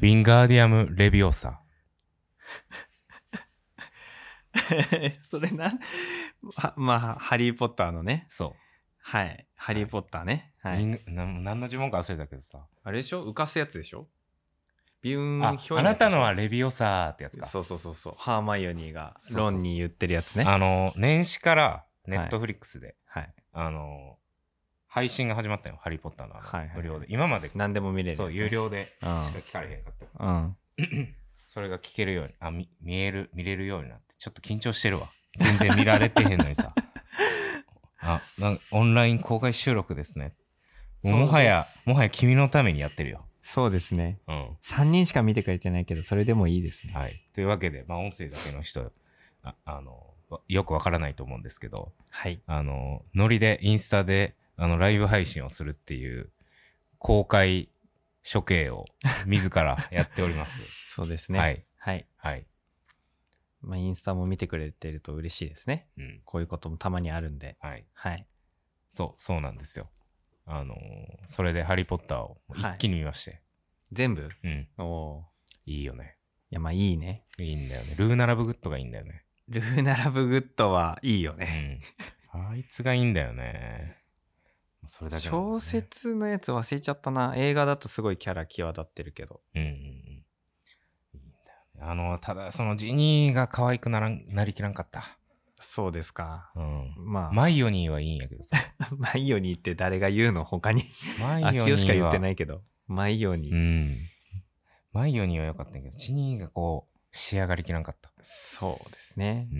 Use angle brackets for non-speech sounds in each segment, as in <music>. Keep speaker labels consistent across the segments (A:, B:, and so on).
A: ウィンガーディアム・レビオサ。
B: <laughs> それな、はまあ、ハリー・ポッターのね。
A: そ
B: はい。ハリー・ポッターね。
A: う。
B: は
A: ウィ
B: い。
A: ンな何の呪文か忘れたけどさ。
B: あれでしょ浮かすやつでしょビューン
A: あ、
B: ひょい
A: あ
B: や
A: な
B: つでしょ
A: たのはレビオサってやつか。
B: そうそうそうそう。ハーマイオニーが
A: そうそうそ
B: ロ
A: う
B: ンに言ってるやつね。
A: あの、年始からネットフリックスで、
B: はい。
A: あの、配信が始まったよ。ハリー・ポッターのあの
B: はいはい
A: 無料で。今まで、
B: 何でも見れる。
A: そう、有。料でし
B: うん。
A: か聞かれへんかった。
B: うん。
A: それが聞けるように、あ、み見える、見れるようになって、ちょっと緊張してるわ。全然見られてへんのに
B: <laughs>
A: さ。あなんかオンライン公開収録ですね。もう
B: そう
A: もはや、もはや君のためにやってるよ。
B: そうですね。
A: うん。
B: 3人しか見てくれてないけど、それでもいいですね。
A: はい。というわけで、まあ、音声だけの人、ああの、わよくわからないと思うんですけど、
B: はい。
A: あの、ノリでインスタで、あの、ライブ配信をするっていう、公開処刑を自らやっております。
B: そう <laughs> ですね。
A: は
B: はい。
A: い。はい。
B: まあ、インスタも見てくれてると嬉しいですね。
A: うん。
B: こういうこともたまにあるんで。
A: はい。
B: はい。
A: そう、そうなんですよ。あのーそれでハリー・ポッターを一気に見まして。
B: 全部
A: うん。
B: おお
A: いいよね。
B: ー。いや、まあいいね。
A: いいんだよね。ルーナ・ラブ・グッドがいいんだよね。
B: ルーナラブグッドはいいよね。
A: うん。あいつがいいんだよね。それだけなんだよね、
B: <laughs> 小説のやつ忘れちゃったな。映画だとすごいキャラ際立ってるけど。
A: うんうんうん。いいんだよね。あの、ただ、そのジニーが可愛くならんなりきらんかった。
B: そうですか。
A: うん。
B: まあ、 <laughs>
A: マイオニーはいいんやけどさ。
B: マイオニーって誰が言うの他に。
A: マイオニー
B: 秋
A: は。。
B: 代しか言ってないいけど。マイオニー。
A: うん。マイオニーは良かったんやけど、ジニーがこう、仕上がりきらんかった。
B: そうですね
A: う。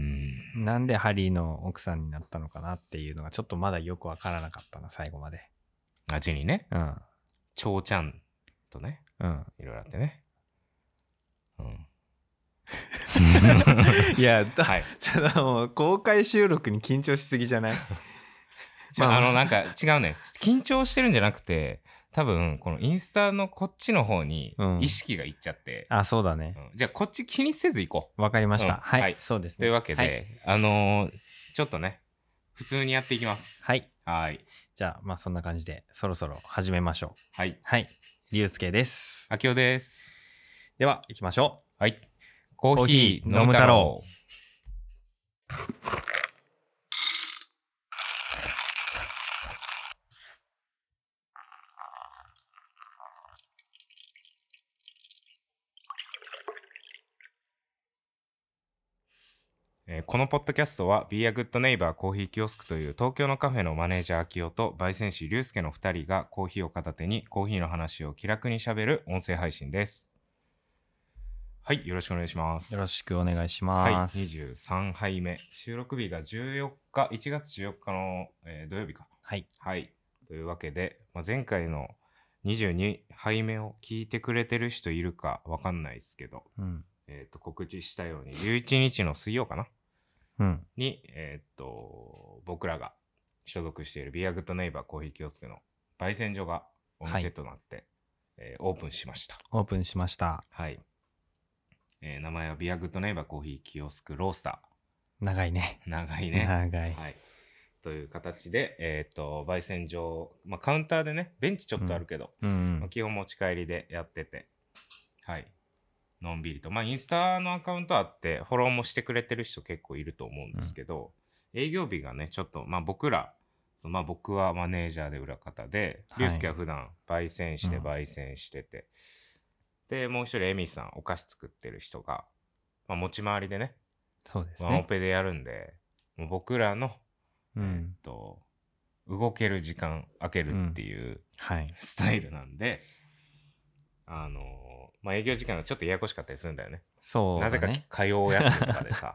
A: ん。
B: なんでハリーの奥さんになったのかなっていうのがちょっとまだよくわからなかったな、最後まで。
A: あ、ジニーね。
B: うん。
A: チョウちゃんとね、
B: うん。 <laughs>
A: いろいろあってね。うん。 <laughs>
B: いや、だ
A: はい。
B: ちょっともう公開収録に緊張しすぎ
A: <laughs>
B: じゃない
A: まあ、あの、な
B: な、
A: んか違うね。緊張してるんじゃなくて、多分、このインスタのこっちの方に
B: うん
A: 意識がいっちゃって、
B: あ、そうだね
A: う。んじゃあこっち気にせず行こ
B: わかりました。
A: うん
B: はい、
A: はい
B: そうです
A: う。
B: ね。
A: というわけ
B: はい
A: で、あのーちょっとね、普通にやっていきます。
B: はい。
A: はい。
B: じゃあ、まあそんな感じで、そろそろ始めましょう。
A: はい。
B: はい。りゅうすけです。
A: あきおです。
B: では、行きましょ
A: はい。コーヒー
B: コー
A: 飲
B: ヒー飲
A: む
B: む
A: 太
B: 太
A: 郎
B: 郎。
A: えーこのポッドキャストは Be a Good Neighbor コーヒーキオスクという東京のカフェのマネージャー秋代と焙煎師龍介の2人がコーヒーを片手にコーヒーの話を気楽にしゃべる音声配信です。はい、よろしくお願いします。
B: う。よろ
A: し
B: しくお願いし
A: くはい、
B: ます。
A: 23杯目。収録日が14日、1月14日の、えー土曜日か。
B: はい。
A: はい。というわけで、まあ、前回の22杯目を聞いてくれてる人いるかわかんないですけど、
B: うん。
A: えっ、と、告知したように、11日の水曜かな
B: うん。
A: に、えーっと、僕らが所属しているビアグッドネイバーコーヒーキオスクの焙煎所がお店となって、えーオープンしました。
B: オープンしました。
A: はい。えー名前はビアグッドネイバーコーヒーキオスクロースタ
B: 長いね。
A: ー。長いね。
B: 長い。
A: はい。という形で、えーっと、焙煎所、まあ、カウンターでね、ベンチちょっとあるけど、
B: う
A: まあ
B: ん。
A: 基本持ち帰りでやってて、はい。のんびりと。まあ、インスタのアカウントあって、フォローもしてくれてる人結構いると思うんですけど、営業日がね、ちょっと、まあ僕ら、まあ僕はマネージャーで裏方で、
B: はい
A: リュウスケは普段焙煎して
B: うん
A: 焙煎してて、で、もう一人エミさん、お菓子作ってる人が、まあ持ち回りでね、
B: そうです
A: ワンオ
B: ね。
A: ペでやるんで、もう僕らの、
B: う
A: え
B: ん
A: っ。と、動ける時間、開けるっていう、
B: はい。
A: スタイルなんで、あのーまあ、営業時間がちょっとややこしかったりするんだよね。
B: そうだ
A: なぜか
B: ね。
A: 火曜休みとかでさ、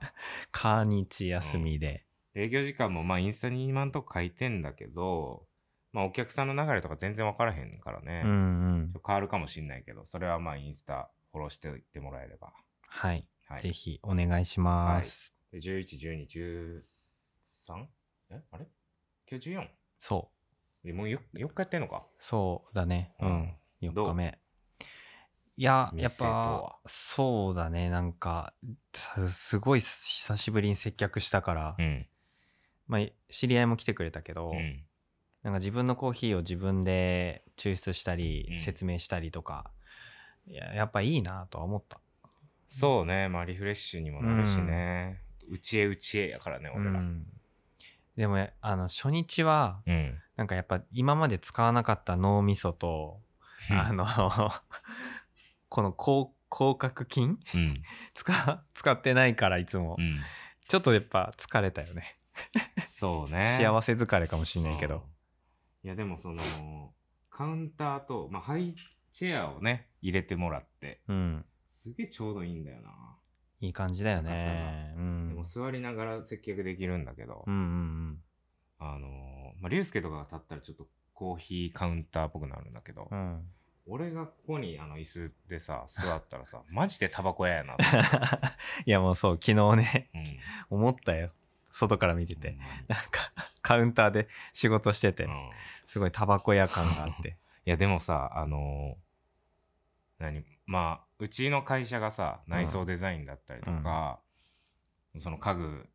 B: か日休みで。
A: 営業時間もまあインスタに今んとこ書いてんだけど、まあ、お客さんの流れとか全然分からへんからね、
B: うんう
A: ち
B: ん
A: ょ。っと変わるかもしんないけど、それはまあインスタフォローしていってもらえれば。
B: はい。
A: はい、
B: ぜひお願いします。
A: で11、12、13? えあれ今日 14?
B: そ
A: えもう 4, 4日やってんのか
B: う。そうだね。う
A: うん
B: ん。
A: ど
B: 4
A: う
B: 日目。いや、やっ
A: 店とは
B: ぱ、そうだね。なんか、さすごい久しぶりに接客したから、
A: うん。
B: まあ、知り合いも来てくれたけど、
A: うん。
B: なんか自分のコーヒーを自分で抽出したり、
A: うん
B: 説明したりとか、いややっぱいいなとは思った。
A: そうね、まあリフレッシュにもなるしね。うちへうちへやからね、
B: う
A: 俺ら。うん。
B: ん、でもあの初日はなんかやっぱ今まで使わなかった脳みそと、あの <laughs> この口口角筋
A: <laughs> うん。
B: 使 <laughs> 使ってないからいつも、
A: うん。
B: ちょっとやっぱ疲れたよね
A: そうね。
B: 幸せ疲れかもしれないけど
A: いやでもそのカウンターと、まあ、ハイチェアをね入れてもらって
B: うん
A: すげえちょうどいいんだよな、
B: いい感じだよねう
A: でも
B: ん
A: 座りながら接客できるんだけど、
B: うんうん
A: あのーまあ竜介とかが立ったらちょっとコーヒーカウンターっぽくなるんだけど、
B: うんうん <laughs>
A: 俺がここにあの椅子でさ座ったらさマジでタバコ屋や
B: <laughs>
A: なと、
B: いやもうそう昨日ね <laughs>
A: うん、
B: 思ったよ外から見てて、
A: うん
B: なんか <laughs> カウンターで仕事してて、
A: うんい
B: すごいタバコ屋感があって
A: やでもさあのー何まあうちの会社がさ内装デザインだったりとか、その家具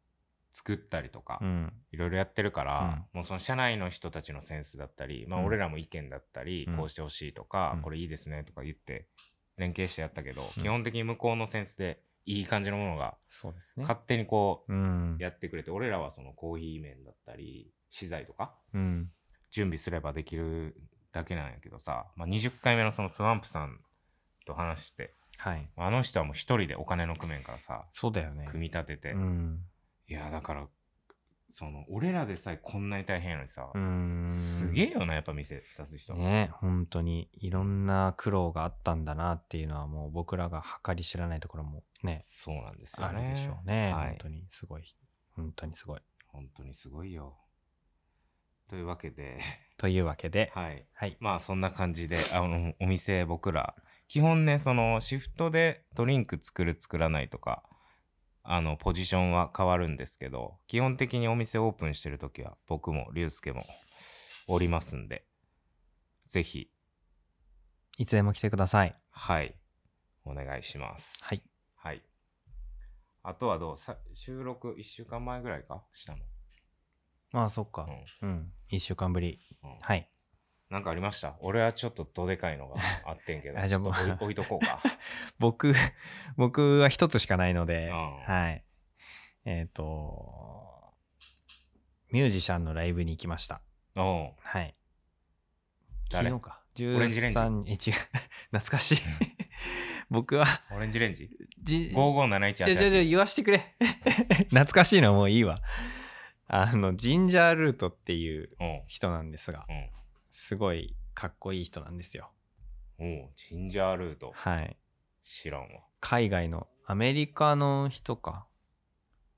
A: 作ったりとか、
B: うん
A: いろいろやってるから、もうその社内の人たちのセンスだったり、まあ、
B: うん
A: 俺らも意見だったり、
B: うん
A: こうしてほしいとか、
B: うん
A: これいいですねとか言って連携してやったけど、
B: うん
A: 基本的に向こうのセンスでいい感じのものが
B: そうですね
A: 勝手にこ
B: うん
A: うやってくれて、俺らはそのコーヒー面だったり資材とか
B: うん
A: 準備すればできるだけなんやけどさ、まあ、20回目のそのスワンプさんと話して
B: はい
A: あの人はもう一人でお金の工面からさ
B: そうだよね
A: 組み立てて、
B: うん
A: いやだからその俺らでさえこんなに大変やのにさ、
B: うん
A: すげえよな、やっぱ店出す人。
B: ね本当にいろんな苦労があったんだなっていうのはもう僕らが計り知らないところもね
A: そうなんですよ
B: あ
A: ね。
B: るでしょうね、
A: はい
B: 本当にすごい本当にすごい
A: 本当にすごいよ。というわけで、 <laughs>
B: というわけで
A: はい。
B: はい
A: まあそんな感じで、あの、お店僕ら、基本ね、そのシフトでドリンク作る作らないとか、あの、ポジションは変わるんですけど、基本的にお店オープンしてるときは、僕も竜介もおりますんで、ぜひ、
B: いつでも来てください
A: はい、お願いします。
B: はい
A: はい。あとはどうさ収録1週間前ぐらいかしたの、
B: まあそっ
A: う
B: か
A: ん
B: うん、一1週間ぶり
A: うん
B: はい
A: なんかありました俺はちょっとどでかいのがあってんけど、
B: <laughs> あ
A: ち
B: じゃ
A: ょ
B: あ
A: っと置い
B: もう
A: 置いとこう
B: <laughs>
A: か。
B: 僕僕は一つしかないの
A: う
B: で、
A: ん
B: はいえっ、とミュージシャンのライブに行きました
A: おう
B: はい
A: 誰
B: 昨日か13
A: オレンジレンジ
B: 日え違う <laughs> 懐かしい <laughs> 僕は
A: オレンジレンジ
B: じ
A: ?5571
B: じゃじゃじゃ言わしてくれ <laughs> 懐かしいのはもういいわあのジンジャールートっていう
A: おう
B: 人なんですがすごいかっこいい人なんですよ
A: うん。おうジンジャールート。
B: はい
A: 知らんわ。
B: 海外のアメリカの人か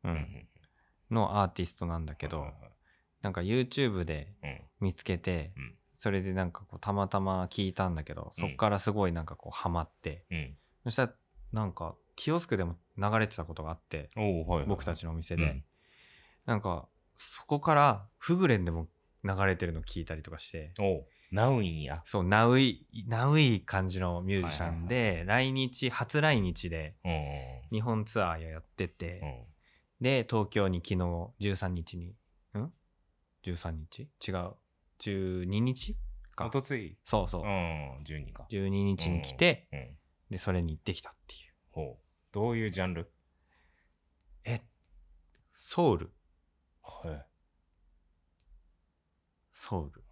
B: う
A: うんん。
B: のアーティストなんだけ
A: は
B: ど
A: い、はい
B: なんか YouTube で
A: はい
B: 見つけて、
A: うん
B: それでなんかこうたまたま聞いたんだけど、そっからすごいなんかこうハマって、
A: うん。うん。
B: そしたらなんかキオスクでも流れてたことがあって、
A: おうはいはい。
B: 僕た
A: ち
B: ちのお店で、
A: で。
B: なんかそこからフグレンでも流れてるの聞いたりとかして、
A: おうナウインや。
B: そう、ナウイ、ナウイ感じのミュージシャンで、
A: は
B: 来日、初来日で
A: うん。
B: 日本ツアーやってて、
A: うんうん
B: で、東京に昨日13日に、ん ?13 日違う。12日
A: お
B: か。
A: とつい。
B: そうそうう。
A: ん。12か。
B: 12日に来て、
A: うん。
B: で、それに行ってきたっていう。
A: ほう。どういうジャンル
B: え、ソウル
A: はい。 <laughs>
B: ソウル。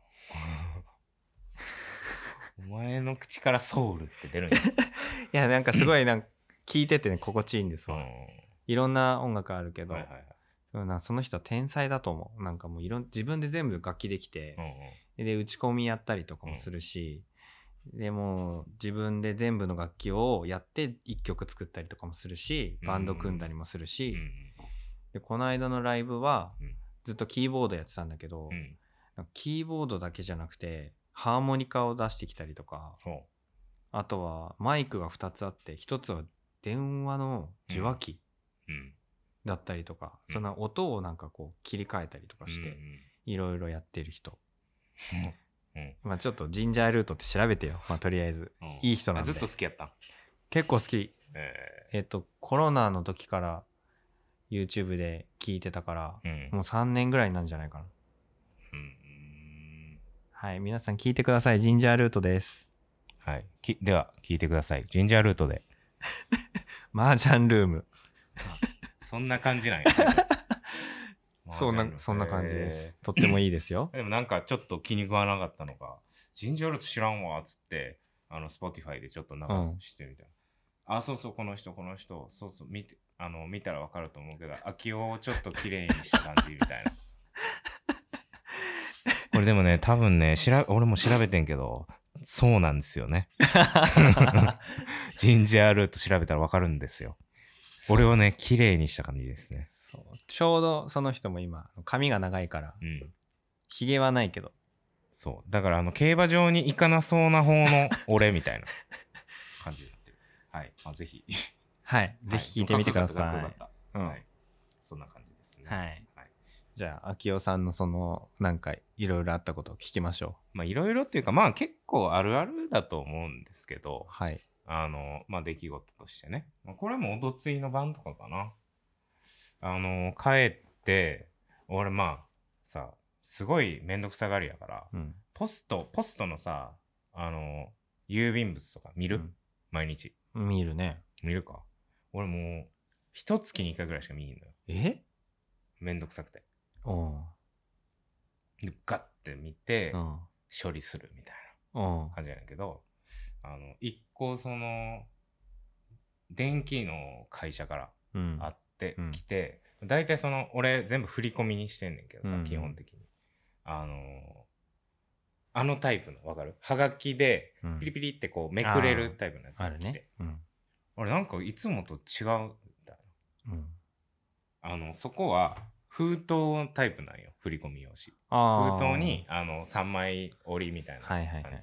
A: お前の口からソウルって
B: <laughs>
A: 出るんや。
B: いや、なんかすごい、なんか、聞いててね、心地いいんです
A: うん
B: わ。いろんな音楽あるけど、
A: はいはいはい
B: そうなその人は天才だと思う。なんかもういろん、自分で全部楽器できて
A: うん、
B: で、打ち込みやったりとかもするし、でもう自分で全部の楽器をやって1曲作ったりとかもするし、バンド組んだりもするし、
A: うん
B: でこの間のライブは
A: うん
B: ずっとキーボードやってたんだけど、
A: うんうん
B: なんかキーボードだけじゃなくてハーモニカを出してきたりとか
A: ほ
B: あとはマイクが2つあって1つは電話の受話器
A: ううん
B: だったりとか、
A: うん
B: そんな音をなんかこう切り替えたりとかし
A: う
B: て
A: ん
B: いろいろやってる人、
A: うんうん
B: まあちょっとジンジャールートって調べてよ、まあ、とりあえず
A: うん
B: いい人なんで
A: あずっと好きやったん
B: 結構好き
A: え
B: えっ、とコロナの時から YouTube で聞いてたから、
A: えうん
B: もう3年ぐらいなんじゃないかな
A: うん
B: はい皆さん聞いてくださいジンジャールートです
A: はい、きでは聞いてくださいジンジャールートで
B: 麻雀ルーム。
A: そんな感 <laughs> じなんや
B: そんな、そんな感じです。とってもいいです
A: <laughs>
B: よ
A: えー。でもなんかちょっと気に食わなかったのがジンジャールート知らんわっつってあの Spotify でちょっと流
B: うん
A: してみたいな、あそうそうこの人この人そうそう見てあの見たらわかると思うけど秋夫をちょっと綺麗にした感じみたいな <laughs> これでもね多分ねしら俺も調べてんけどそうなんですよねジンジャールート調べたらわかるんですよ俺をね綺麗にした感じですね
B: そうちょうどその人も今、髪が長いから、
A: うん
B: ヒゲはないけど。
A: そう。だから、あの、競馬場に行かなそうな方の俺みたい
B: <laughs>
A: な感じになってる。はい。まあ、ぜひ。
B: はい。ぜひ聞いてみてください。
A: はよかったかっこよかった
B: うん
A: はい。そんな感じですね。
B: はいじゃあ、秋代さんのその、なんか、いろいろあったことを聞きましょ
A: まあ、いろいろっていうか、まあ、結構あるあるだと思うんですけど
B: う。、はい。
A: あの、まあ、出来事としてね。まあ、これはもう、おとついの晩とかかな。あの、帰って、俺、まあ、さ、すごいめんどくさがりやから、
B: うん。
A: ポスト、ポストのさ、あの、郵便物とか見る、
B: うん
A: 毎日。
B: 見るね。
A: 見るか俺もう一月に一回ぐらいしか見にんのよ
B: え
A: めんどくさくて
B: うん。
A: でガッて見て
B: うん。
A: 処理するみたい
B: うん
A: な。感じやねんけど、あの一個その電気の会社から
B: うん。
A: あって
B: うん
A: 来て、大体その俺全部振り込みにしてんねんけどさ、
B: うん
A: 基本的にあのあのタイプのわかるはがきで
B: うん
A: ピリピリってこうめくれるタイプのやつ
B: あ
A: が
B: る
A: 来て、
B: ね。うん。
A: 俺なんかいつもと違うんだよ
B: うん。
A: あの、そこは封筒タイプなんよ、振り込み用紙。
B: あー
A: 封筒に、あの3枚折りみたいな。
B: はいはいは
A: あの
B: い。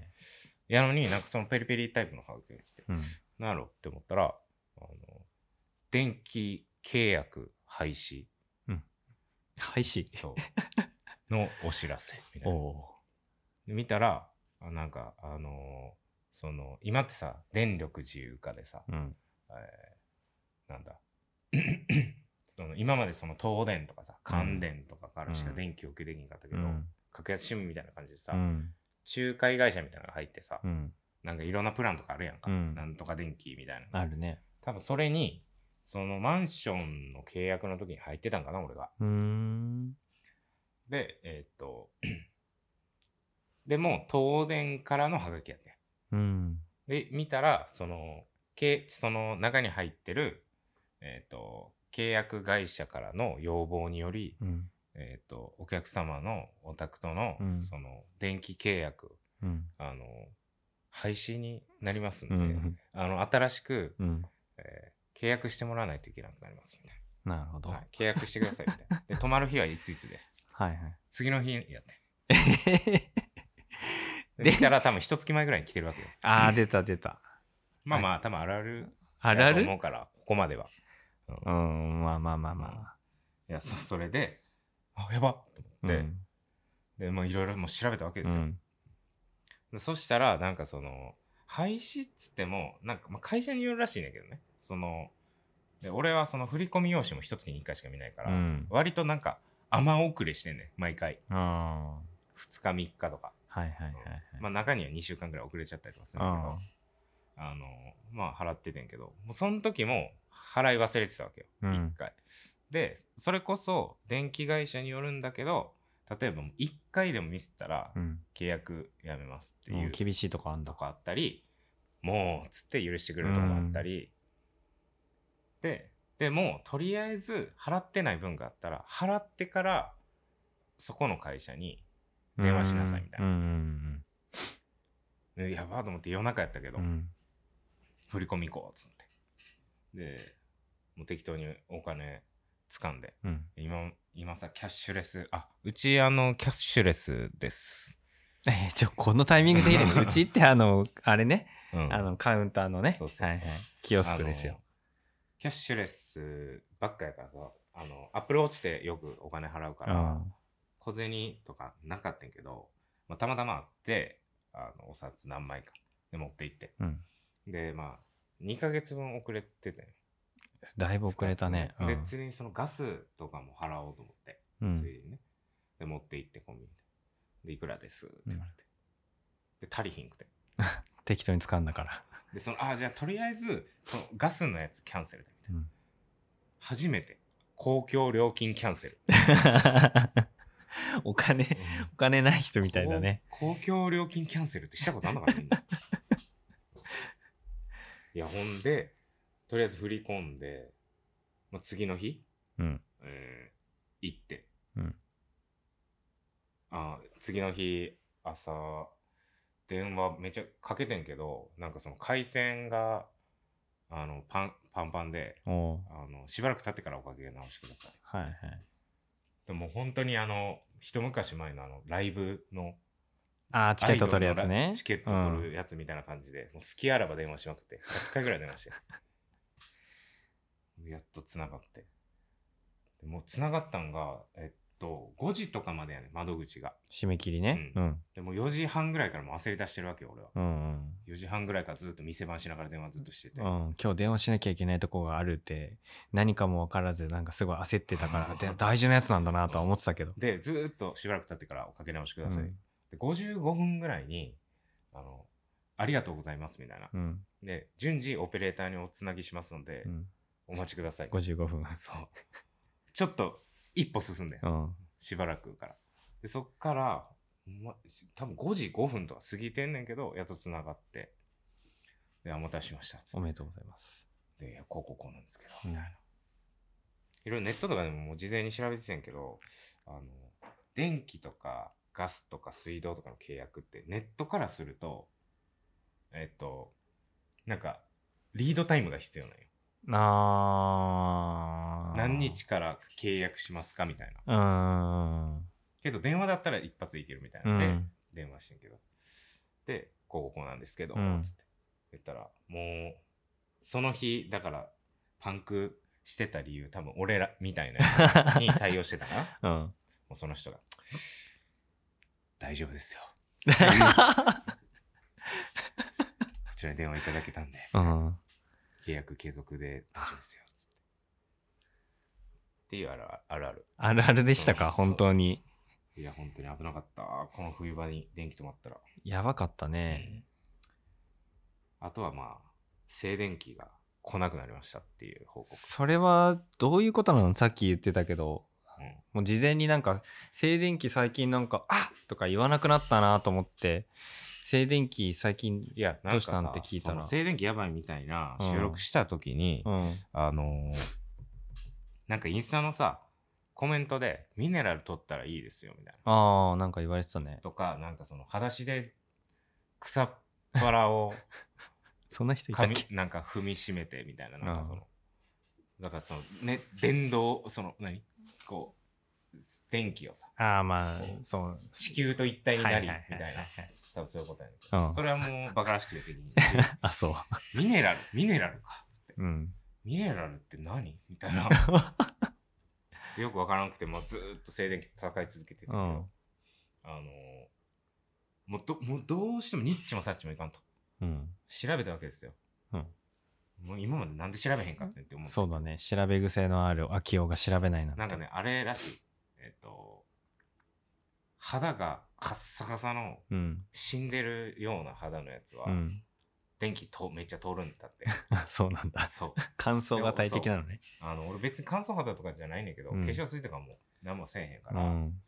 A: やのになんかそのペリペリタイプのハガキが来て、
B: うん。
A: なるって思ったら、あの、電気契約廃止、
B: 廃止。
A: そう、 <laughs> のお知らせみた
B: お
A: いな。
B: お
A: で見たら、あなんか、あのその、今ってさ、電力自由化でさ、
B: ー。うん。
A: えーなんだ <clears throat> その今までその東電とかさ関電とかからしか
B: うん
A: 電気を受けできなかったけ
B: う
A: ど、
B: ん。
A: 格安シムみたいな感じでさ、
B: うん。
A: 仲介会社みたいなのが入ってさ、
B: うん。
A: なんかいろんなプランとかあるやんか、
B: うん
A: なんとか電気みたいな
B: あるね。
A: 多分それにそのマンションの契約の時に入ってたんかな俺が
B: うーん。
A: でえーっとでもう東電からのハガキやってん
B: うん。
A: で、見たら、その、けその中に入ってる、えっ、と、契約会社からの要望により、
B: うん。
A: えっ、と、お客様のお宅との、
B: うん
A: その、電気契約、
B: うん。
A: あの、廃止になりますん
B: う
A: で、
B: ん。
A: あの、新しく、
B: うん。
A: えー契約してもらわないといけなくなりますみたい
B: なるほど。
A: な。
B: は
A: はいい、契約してくださいみたいな。で、泊まる日はいついつです。
B: はい。
A: 次の日やって。で
B: で
A: 見たら多分一月前ぐらいに来てるわけよ。
B: ああ、出た出た。
A: <laughs> まあまあ、多分あるある
B: ある
A: だ
B: あ
A: と
B: る
A: 思うから、ここまでは。
B: うん、まあまあまあまあ。
A: いや、そそれで、あ、やばっと思って、
B: うん
A: で、もういろいろもう調べたわけですよ。
B: うん
A: でそしたら、なんかその、廃止っつっても、なんか、まあ、会社によるらしいねんだけどね。その、で俺はその振り込み用紙も一月に一回しか見ないから、
B: うん。
A: 割となんか、雨遅れしてんねん、毎回。
B: あ
A: 2日、3日とか。
B: あー。はいはいはいはい。
A: まあ、中には2週間ぐらい遅れちゃったりとかするんだけど、あの、まあ、払っててんけど、もうその時も、払い忘れてたわけよ。
B: うん
A: 一回。で、それこそ、電気会社によるんだけど、例えば、一回でもミスったら
B: う、ん。
A: 契約やめますって
B: も
A: いうう
B: 厳しいとこあん
A: と
B: だ。
A: かあったり、もう、つって許してくれるとこあったり、で、でも、とりあえず、払ってない分があったら、払ってから、そこの会社に、電話しなさいみたいな
B: うんうん
A: えやばーと思って夜中やったけど、
B: うんうん。
A: 振り込み行こうっつってでもう適当にお金掴んで
B: うん。
A: 今今さキャッシュレスあうちあのキャッシュレスです
B: <laughs> え、ちょ、このタイミングでい <laughs> いね。うちってあの、あれね、
A: うん
B: あの、カウンターのね、
A: そうそうそう
B: はいはい。キオスクですよ。
A: キャッシュレスばっかやからさあのアップルウォッチでよくお金払うか
B: う
A: ら
B: ん
A: 小銭とかなかったんやけど、まあ、たまたまあってあのお札何枚かで持って行って
B: うん。
A: でまあ2ヶ月分遅れてて
B: だいぶ遅れたね。うん
A: でついにそのガスとかも払おうと思って
B: うん
A: ついにね。で、持って行ってコンビニで。で、いくらですって言われて。で、足りひんくて。
B: 適当に使うんだ <laughs> から。
A: でそのあじゃあとりあえずそのガスのやつキャンセルだみたいな、
B: うん
A: 初めて公共料金キャンセ
B: <laughs>
A: ル
B: お金、お金ない人みたいだね。
A: 公公共料金キャンセルってしたことあん
B: <laughs>
A: のかなみんないやほんでとりあえず振り込んで、まあ、次の日、
B: うん。
A: えー行って、
B: うん
A: あ次の日朝電話めちゃかけてんけどなんかその回線があのパンパンパンで
B: おう
A: あのしばらく経ってからおかけ直してください
B: はいはい。
A: でも本当にあの一昔前のあのライブの
B: ああ、チケット取るやつ
A: アイドルの
B: ね
A: ラ。チケット取るやつみたいな感じで、もう好きあらば電話しまくって、100回ぐらい電話して。 <laughs> やっと繋がって。でもう繋がったんが、えっと、5時とかまでやね、窓口が。
B: 締め切りね。
A: う
B: うん。
A: でもう4時半ぐらいからもう焦り出してるわけよ、俺は。
B: うん
A: 4時半ぐらいからずっと店番しながら電話ずっとしてて。
B: うん。うん、今日電話しなきゃいけないとこがあるって何かも分からずなんかすごい焦ってたからで大事なやつなんだなとは思ってたけど、
A: で、ずーっとしばらく経ってからおかけ直しく
B: う
A: ださい。
B: ん
A: で、55分ぐらいに、あの、ありがとうございますみたいな。
B: うん
A: で、順次オペレーターにおつなぎしますので、
B: うん、
A: お待ちください。
B: 55分、
A: そう。ちょっと一歩進んで、
B: うん、
A: しばらくから。で、そっから、ほんま多分5時5分とか過ぎてんねんけど、やっと繋がって、で、あお待たせしましたっつって。
B: おめでとうございます
A: で、いやこうこうこうなんですけど、
B: うん
A: みたいな。いろいろネットとかでももう事前に調べてたんやけど、あの、電気とかガスとか水道とかの契約って、ネットからすると、えっと、なんか、リードタイムが必要なんよ。
B: あー
A: 何日から契約しますかみたいな。
B: うーん
A: けど電話だったら一発いけるみたいうなんで、
B: ん
A: 電話してんけど。で、こうこうこうなんですけど、
B: うん
A: つって言ったら、もう、その日、だから、パンクしてた理由、多分俺らみたいなやつに対応してた
B: <laughs>
A: な。も
B: うん
A: うその人が、大丈夫です
B: <laughs>
A: よ。こちらに電話いただけたんで、
B: うん
A: 契約継続で大丈夫ですよ。つってっていうあるあるある。
B: あるあるでした
A: そう
B: か本当に
A: いや、本当に危なかった。この冬場に電気止まったら。
B: やばかったね
A: あとはまあ、静電気が来なくなりましたっていう報告。
B: それはどういうことなのさっき言ってたけどもう事前になんか静電気最近なんか「あっ!」とか言わなくなったなと思って静電気最近
A: いや、
B: どうしたんって聞いたら
A: その静電気やばいみたいな
B: うん
A: 収録した時に、
B: うん
A: あのーなんかインスタのさ、コメントで、ミネラル取ったらいいですよみたいな。
B: ああんか言われてたね
A: とか、なんかその、裸足で草っぱらを
B: そんな人いたっ
A: 髪
B: け、
A: なんか踏みしめてみたいな、なんかそ
B: うん
A: の、だからその、ね、電動、その、何こう、電気をさ、
B: ああまあそう
A: 地球と一体になり、み
B: は
A: た
B: いはいいはいはい
A: な。多分そういうことやねんけ
B: う
A: ど。
B: ん
A: それはもうバカらしくて <laughs> 的に。
B: あそう
A: ミネラル、ミネラルか。つって。
B: うん
A: ミネラルって何みたいな。よくわからなくて、もうずーっと静電気と戦い続けてて、
B: う
A: あ
B: ん
A: のーもうど、もうどうしてもニッチもサッチもいかんと。
B: うん
A: 調べたわけですよ。
B: うん
A: もう今までなんで調べへんかってんって思って。
B: そうだね。調べ癖のある秋夫が調べないなって。
A: なんかね、あれらしい。えっ、と、肌がカッサカサの
B: うん。
A: 死んでるような肌のやつは、
B: うん。 <laughs>
A: 電気とめっちゃ通るんだって。
B: そうなんだ。
A: そう。
B: 感想が大敵なのね。
A: あの、俺別に乾燥肌とかじゃないねんだけど、
B: うん
A: 化粧水とかも何もせえへんか
B: う
A: ら、
B: ん。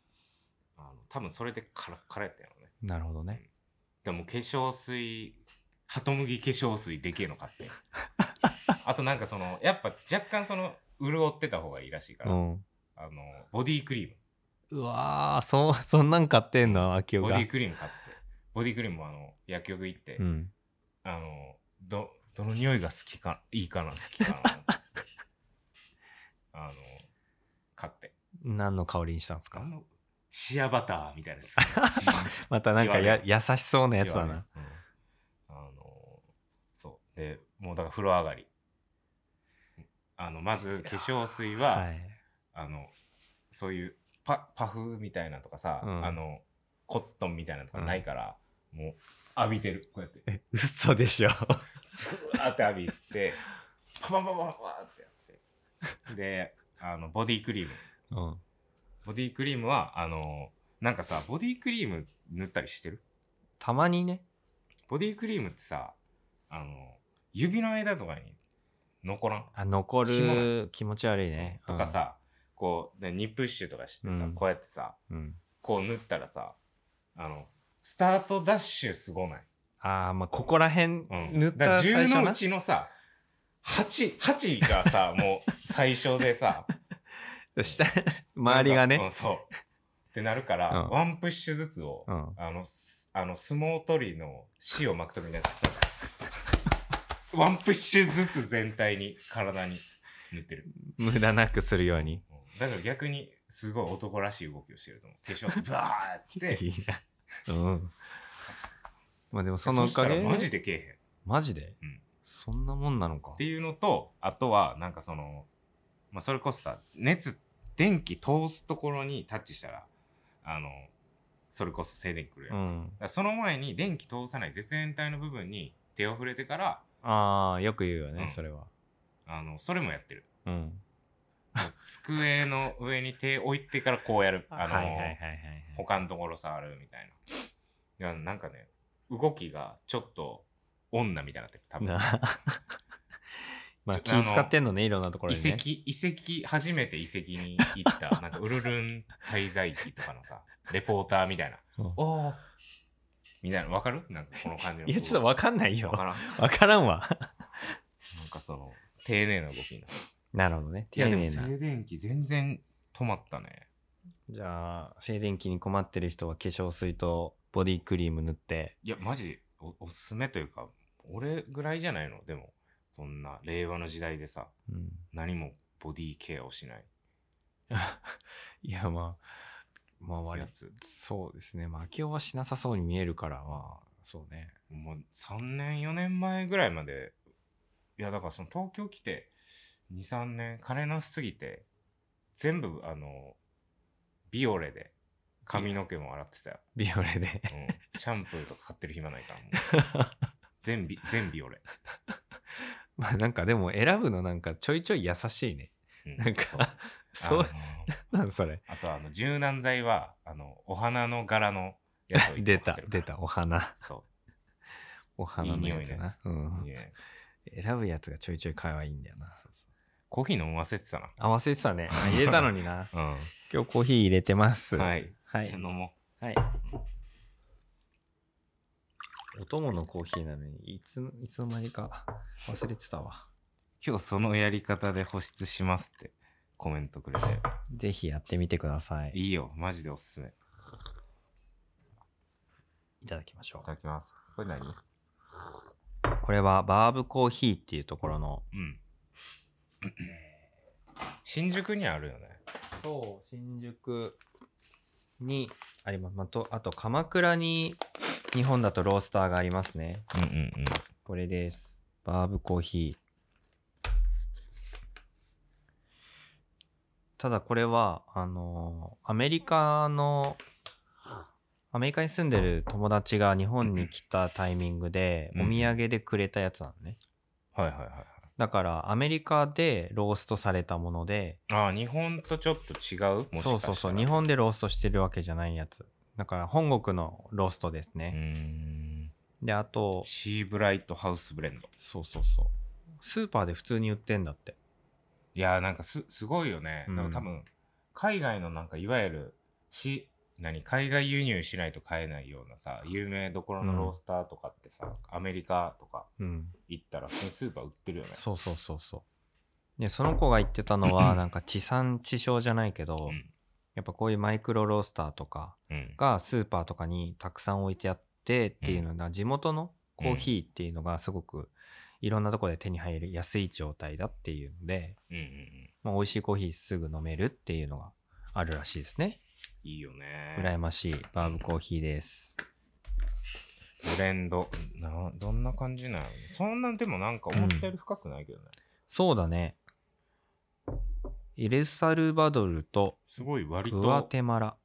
A: あの多分それでカラッカラやったんやろね。
B: なるほどね。
A: でも化粧水、ハトムギ化粧水でけえの買
B: <laughs>
A: ってん。あとなんかその、やっぱ若干その、潤ってた方がいいらしいか
B: う
A: ら、
B: ん。
A: あの、ボディクリーム。
B: うわー、そ、そんなん <laughs> 買ってんの秋夫
A: ボデ
B: が
A: ィ。クリーム買って。ボディクリームもあの、薬局行って、
B: うん。
A: あの、ど、どの匂いが好きか、いいかな、好き
B: <laughs>
A: かな。あの、買って。
B: 何の香りにしたんです
A: あ
B: か
A: のシアバターみたいなやつ。
B: またなんかや優しそう <laughs> なやつ
A: 要
B: だ
A: はね
B: な。。
A: うんあの、そう。で、もうだから風呂上がり。あの、まず化粧水は、
B: はい。
A: あの、そういうパパフみたいなとかさ、
B: うん
A: あの、コットンみたいなとかないから、もう浴びてる。こうやって。
B: え、嘘でしょ。
A: うわーって浴び
B: <laughs>
A: て、パパパパパってやって。で、あの、ボディクリーム。
B: うん。
A: ボディクリームは、あの、なんかさ、ボディクリーム塗ったりしてる
B: たまにね。
A: ボディクリームってさ、あの、指の間とかに残らん
B: あ残る気持ち悪いね。
A: とかさ、こう、ね、ニプッシュとかしてさ、
B: うん
A: こうやってさ、
B: うん。うん
A: こう縫ったらさ、あの、スタートダッシュすごない。
B: ああ、まあ、ここら辺
A: うん。
B: 塗っ
A: だから
B: た最初
A: 10の
B: な
A: うちのさ、8、8が
B: <laughs>
A: さ、もう最初でさ、
B: 下、周りが
A: なんかう
B: ね。
A: んそう。ってなるから、
B: うん
A: ワンプッシュずつを、
B: うん。
A: あの、すあの相撲取りの死を巻くときになって、ワンプッシュずつ全体に、体に塗ってる。
B: 無駄なくするように。、
A: うんだから逆に、すごい男らしい動きをしてると思う。化粧水ブワーって
B: いいな。うん。まあでも <laughs> そのお
A: した
B: からげ
A: マジでけえへん。
B: マジで、
A: うん
B: そんなもんなのか
A: っていうのと、あとは、なんかその、まあ、それこそさ、熱、電気通すところにタッチしたら、あの、それこそ静電気くるやん。
B: う
A: だか
B: ん
A: らその前に電気通さない絶縁体の部分に手を触れてから、
B: ああよく言うよね、
A: うん
B: それは
A: あの、それもやってる。
B: うん
A: 机の上に手置いてからこう
B: <laughs>
A: やる。あの、
B: はいはいはいはい <laughs>
A: 他のところ触るみたいな。いやなんかね、動きがちょっと女みたいになってる、多分。
B: なまあ
A: ち
B: 気
A: ょあの
B: 使ってんのねいろんなところ
A: 遺
B: にね
A: 跡、遺跡、初めて遺跡に行
B: <laughs>
A: った、なんか、ウルルン滞在記とかのさ、レポーターみたいな。
B: うん
A: おーみたいな、わかるなんか、この感じの。
B: いやちょっとわかんないよ
A: わか
B: わ
A: らん。
B: からんわ
A: なんか、その、丁寧な動 <laughs> きになる。
B: なるほどね
A: い
B: 丁
A: や、でも、
B: 寧な
A: 静電気全然止まったね。
B: じゃあ静電気に困ってる人は化粧水とボディクリーム塗って
A: いや、マジお、おすすめというか、俺ぐらいじゃないのでも、そんな、令和の時代でさ、
B: うん <laughs>
A: 何もボディケアをしない
B: いやまあまあ割
A: や
B: と
A: つ。
B: そうですねまあ明夫はしなさそうに見えるからまあそうね
A: もう3年4年前ぐらいまでいやだからその東京来て23年金なすすぎて全部あのビオレで髪の毛も洗ってたよ、
B: ビオレで <laughs>
A: うん、シャンプーとか買ってる暇ないからもう全ビ全ビオレ、
B: まあなんかでも選ぶのなんかちょいちょい優しいね。
A: うん
B: なんか、
A: そ
B: <laughs> そうう、なんだそれ。
A: あのあとあの柔軟剤はあのお花の柄のやつをいつも
B: 出
A: 買ったて、る
B: 出た、お花。
A: そ
B: お花の
A: い
B: やつ
A: い匂いの
B: な
A: やつ
B: う
A: う、
B: ん。
A: いえ
B: 選ぶやつがちょいちょい可愛いんだよな。
A: コーヒー飲ませてたな。
B: 合わせてたね。あ入れたのにな
A: うん
B: 今日コーヒー入れてます。
A: はい、
B: は
A: じゃあ
B: い。
A: 飲も
B: はい。お供のコーヒーなのに、いつ、いつの間にか忘れてたわ。
A: う今日そのやり方で保湿しますってコメントくれて
B: ぜひやってみてください。
A: いいよ、マジでおすすめ。い
B: いただきましょ
A: だきます。これ何う
B: う。これはバーブコーヒーっていうところの。
A: ん。 <coughs> 新宿にあるよね。
B: そう、新宿にあります。まあ、とあと、鎌倉に日本だとロースターがありますね。
A: うんうんうん。
B: これです。バーブコーヒー。ただこれは、あのーアメリカの、アメリカに住んでる友達が日本に来たタイミングで、
A: うん
B: お土産でくれたやつなのね。
A: はいはいはい。
B: だから、アメリカでローストされたもので、
A: ああ、日本とちょっと違うもしかしたら
B: そうそうそう日。本でローストしてるわけじゃないやつだから本国のローストです
A: うー
B: ね、
A: ん。
B: であと
A: シーブライトハウスブレンド。
B: そうそうそうスーパーで普通に売ってんだって
A: いやーなんかす、すごいよね。
B: うん
A: でも多分、海外のなんか、いわゆる、し、何海外輸入しないと買えないようなさ、有名どころのロースターとかってさ、アメリカとか
B: うん
A: 行ったら、普通にスーパー売ってるよね。
B: そうそうそうそうでその子が言ってたのはなんか地産地消じゃないけど、
A: うん。
B: やっぱこういうマイクロロースターとか
A: うん。
B: がスーパーとかにたくさん置いてあってっていうのが、地元のコーヒーっていうのがすごくいろんなとこで手に入る安い状態だっていうので、
A: うんうんうん。
B: まあ、美味しいコーヒーすぐ飲めるっていうのがあるらしいですね
A: いいよね。
B: 羨ましいバーブコーヒーです。
A: ブレンドなどんな感じなのそんなでもなんか思ったより深くないけどね、
B: そうだね。エルサルバドルと
A: すごい割
B: グア
A: と
B: テマラ。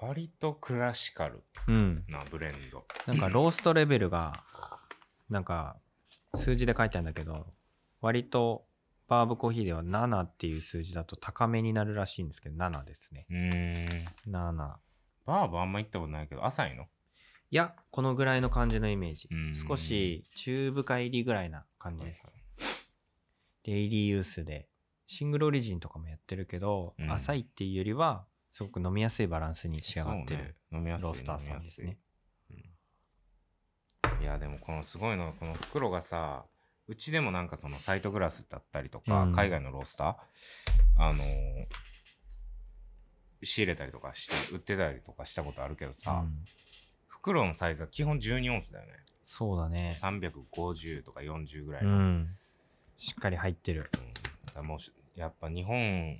A: 割とクラシカル
B: うん。
A: なブレンド
B: なんかローストレベルが、なんか数字で書いてあるんだけど、割とバーブコーヒーでは7っていう数字だと高めになるらしいんですけど、7ですね。
A: うーん
B: 7。
A: バーブあんま行ったことないけど浅いの
B: いや、このぐらいの感じのイメージ
A: うん。
B: 少し中深入りぐらいな感じです。デイリーユースで、シングルオリジンとかもやってるけど、
A: うん
B: 浅いっていうよりは、すごく飲みやすいバランスに仕上がってる
A: そうね飲みやすい
B: ロースターさんですね。
A: いやでもこのすごいのはこの袋がさうちでもなんかそのサイトグラスだったりとか、
B: うん
A: 海外のロースターあのー仕入れたりとかして売ってたりとかしたことあるけどさ、
B: うん
A: 袋のサイズは基本12オンスだよね
B: そうだね。
A: 350とか40ぐらいうの、うん
B: ん。しっかり入ってる。
A: だからもうしやっぱ日本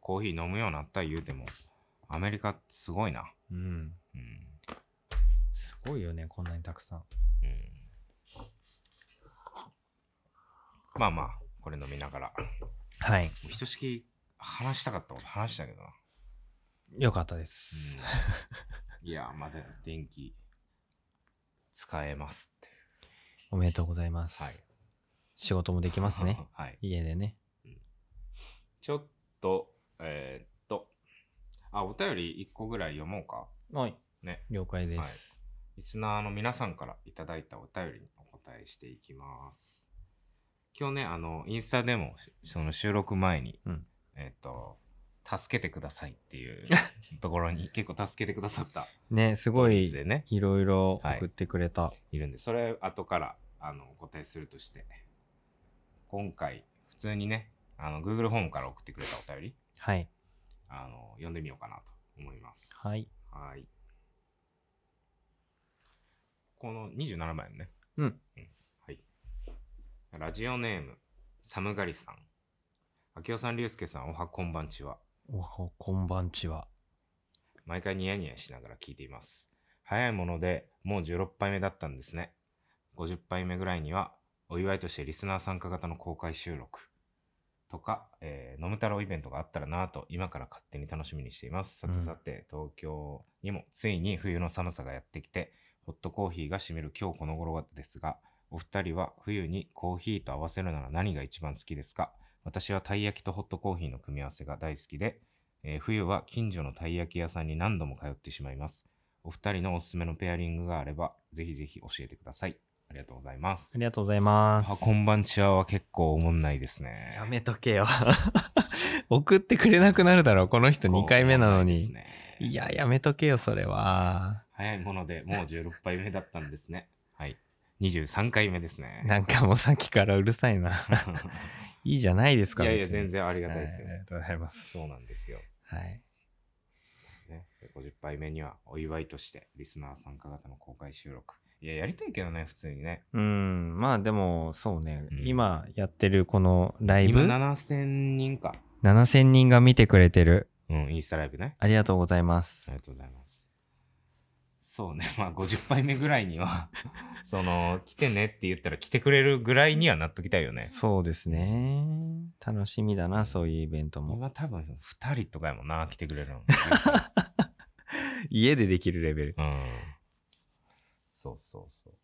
A: コーヒー飲むようになった言うてもアメリカすごいな
B: うん。
A: うん、
B: すごいよね、こんなにたくさん。
A: うん、まあまあこれ飲みながら
B: はい。
A: もうひとしきり話したかったこと話したけどな。
B: よかったです。 <laughs>
A: いや、まだ電気使えますってい
B: おめでとうございます。
A: う。はい。
B: 仕事もできます <laughs> ね。
A: <laughs> はい。
B: 家でね。
A: ちょっと、えーっと、あ、お便り1個ぐらい読もうか。
B: はい。
A: ね。
B: 了解です。
A: リスナーの皆さんからいただいたお便りにお答えしていきます。今日ね、あの、インスタでも、その収録前に、
B: うん
A: えーっと、助けてくださいっていう
B: <laughs>
A: ところに結構助けてくださった
B: ね、すご
A: やつ
B: い、
A: でね、
B: いろいろ送ってくれた。
A: いるんで、それ後からあのお答えするとして、今回、普通にね、あの Google ホームから送ってくれたお便り、
B: はい。
A: あの読んでみようかなと思います。
B: は。い。
A: はい。この27番よね。
B: うん。
A: はい。ラジオネーム、寒がりさん。秋代さん、竜介さん、おはこんばんちは。
B: おはこんばんちは。
A: 毎回ニヤニヤしながら聞いています。早いものでもう16杯目だったんですね。50杯目ぐらいにはお祝いとしてリスナー参加型の公開収録とか、えー、飲む太郎イベントがあったらなぁと今から勝手に楽しみにしています。さてさて、東京にもついに冬の寒さがやってきて、ホットコーヒーがしみる今日この頃ですが、お二人は冬にコーヒーと合わせるなら何が一番好きですか私はたい焼きとホットコーヒーの組み合わせが大好きで、えー冬は近所のたい焼き屋さんに何度も通ってしまいます。お二人のおすすめのペアリングがあれば、ぜひぜひ教えてください。ありがとうございま
B: あ
A: す。
B: りがとうございます
A: あ。こんばんちはは結構おもんないですね。
B: やめとけよ。 <laughs> 送ってくれなくなるだろう、この人2回目なの
A: おもんいです
B: に。
A: ね
B: いや、やめとけよ、それは。
A: 早いものでもう16杯目だったんですね。 <laughs> はい。23回目ですね。
B: なんかもうさっきからうるさい <laughs> な。いいじゃないです
A: い
B: か。
A: やいや、
B: 別に
A: 全然ありが
B: は
A: た
B: い
A: い
B: あ
A: です
B: り
A: よ。
B: がとうございます。
A: そうなんですよ。
B: はい。
A: ね、50杯目にはお祝いとして、リスナー参加型の公開収録。いや、やりたいけどね、普通にね。
B: うん、まあでも、そうね、
A: うん
B: 今やってるこのライ
A: 今
B: ブ、
A: 7000人か。
B: 7000人が見てくれてる。
A: うん、インスタライブね。
B: ありがとうございま
A: あ
B: す
A: り。がとうございます。そうね、まあ50杯目ぐらいに
B: <laughs>
A: は、その、来てねって言ったら来てくれるぐらいにはなっときたいよね。
B: そうですね。楽しみだな、そういうイベントも。
A: 今多分2人とかやもんな、来てく
B: <laughs>
A: れるの。
B: 家でできるレベル。
A: うん。そうそうそう。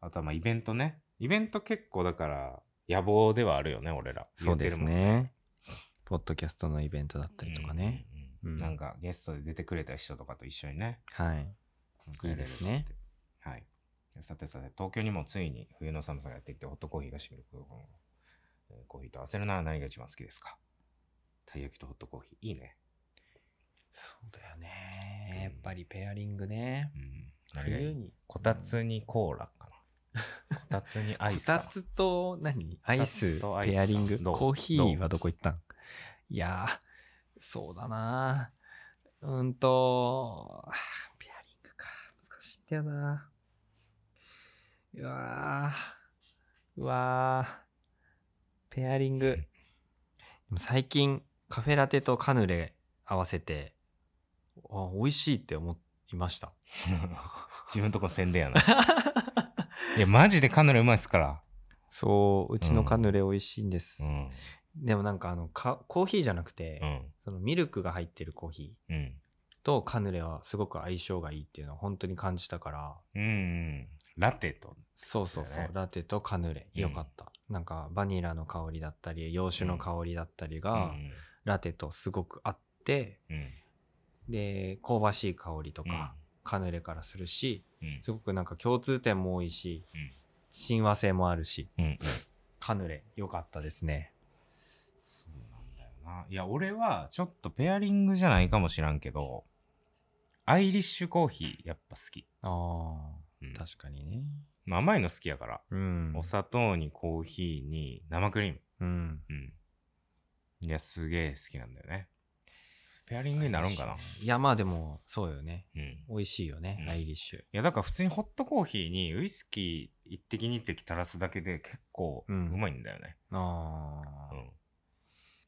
A: あとはまあイベントね。イベント結構だから野望ではあるよね、俺ら。
B: そうで
A: 言ってる
B: す
A: もん。
B: ね。ポッドキャストのイベントだったりとかね。
A: うんうんうん
B: うん
A: なんかゲストで出てくれた人とかと一緒にね。
B: はい。
A: なんかやれるって
B: いいですね。
A: はい。さてさて、東京にもついに冬の寒さがやってきて、ホットコーヒーがしみる。えーコーヒーと合わせるなら何が一番好きですかたい焼きとホットコーヒー。いいね。
B: そうだよね。やっぱりペアリングね。
A: うん。何がい
B: 冬
A: い
B: に。
A: こたつにコーラかな。こたつにアイ
B: こ
A: スか
B: た
A: な。
B: つと何アイ
A: こたつ
B: ス、
A: とアイス
B: ペアリング。
A: どう
B: コーヒーはどこ行ったんいやー、そうだなー。うーんと、あーペアリングか。難しいんだよな。うわー、うわー、ペアリング。でも最近、カフェラテとカヌレ合わせて、あ美味しいって思いました。
A: <laughs> 自分とこ宣伝やな。 <laughs> いや、マジでカヌレうまいっすから。
B: そう、うち
A: う
B: の
A: ん
B: カヌレ美味しいんです。
A: うん。
B: でもなんかあのかコーヒーじゃなくて、
A: うん。
B: そのミルクが入ってるコーヒ
A: うん。
B: ーとカヌレはすごく相性がいいっていうのは本当に感じたから
A: うんうん。ラテと。
B: そうそうそ
A: そう
B: う
A: だよね
B: ラテとカヌレ
A: うん
B: よかった、なんかバニラの香りだったり洋酒の香りだったりが、
A: うん
B: ラテとすごく合って
A: うん。
B: で香ばしい香りと
A: うん
B: か、カヌレからするし、
A: うん
B: すごくなんか共通点も多いし、
A: うん
B: 親和性もあるし、
A: うんうん
B: カヌレ、良かったですね。
A: そうなんだよな。いや、俺はちょっとペアリングじゃないかもしらんけど、アイリッシュコーヒーやっぱ好き。
B: ああ、
A: うん
B: 確かにね。
A: まあ、甘いの好きやから、
B: うん
A: お砂糖にコーヒーに生クリーム。
B: うん。
A: うん。いや、すげえ好きなんだよね。ペアリングになるんかな。
B: いや、まあでも、そうよね。
A: うん。い
B: 美味しいよね
A: う、ん
B: アイリッシュ。
A: や、だから普通にホットコーヒーにウイスキー一滴二滴垂らすだけで結構う
B: うん
A: まいんだよね。
B: ああ、
A: う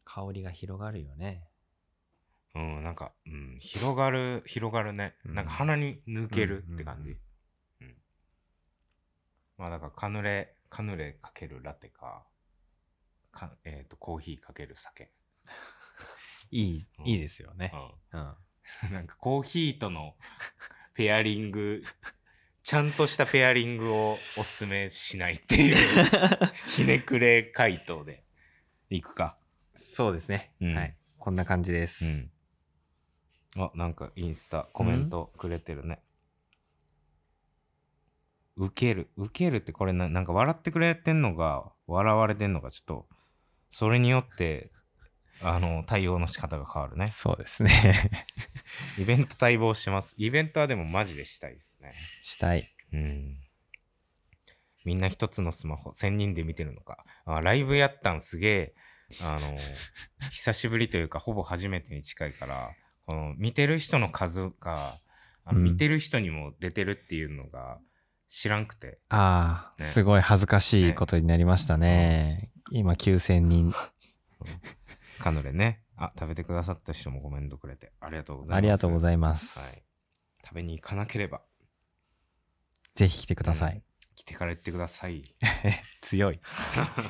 B: 香りが広がるよね。
A: ん。うん、なんか、うん、広がる、広がるね。
B: うん
A: なんか鼻に抜けるって感
B: うんうんう
A: じ
B: ん。
A: うん。まあだからカヌレ、カヌレかけるラテか、かえっ、と、コーヒーかける酒。
B: いい、
A: うん
B: いいですよね。
A: う
B: うん。
A: ん。なんかコーヒーとのペアリング、ちゃんとしたペアリングをおすすめしないって
B: <laughs>
A: いうひねくれ回答でいくか。
B: そうですね。
A: うん
B: はい。こんな感じです。
A: うん。あ、なんかインスタコメントくれてるね。ウケる。ウケるってこれな、なんか笑ってくれてんのが、笑われてんのが、ちょっと、それによって、あの、対応の仕方が変わるね。
B: そうですね。
A: イベント待望します。イベントはでもマジで <laughs> したいですね。
B: したい。
A: うん。みんな一つのスマホ、1000人で見てるのか。あ、ライブやったんすげえ、
B: <laughs>
A: あの、久しぶりというか、ほぼ初めてに近いから、この見てる人の数が、あの
B: うん
A: 見てる人にも出てるっていうのが知らんくて。
B: ああ、
A: ね
B: すごい恥ずかしいことになりましたね。今9000人。
A: カヌレね。あ、食べてくださった人もコメントくれて、ありがとうございます。
B: ありがとうご
A: い
B: ざいます。
A: はい。食べに行かなければ、
B: ぜひ来てください。
A: うん来てから行ってくだ
B: <laughs>
A: さい。<laughs>
B: 強い。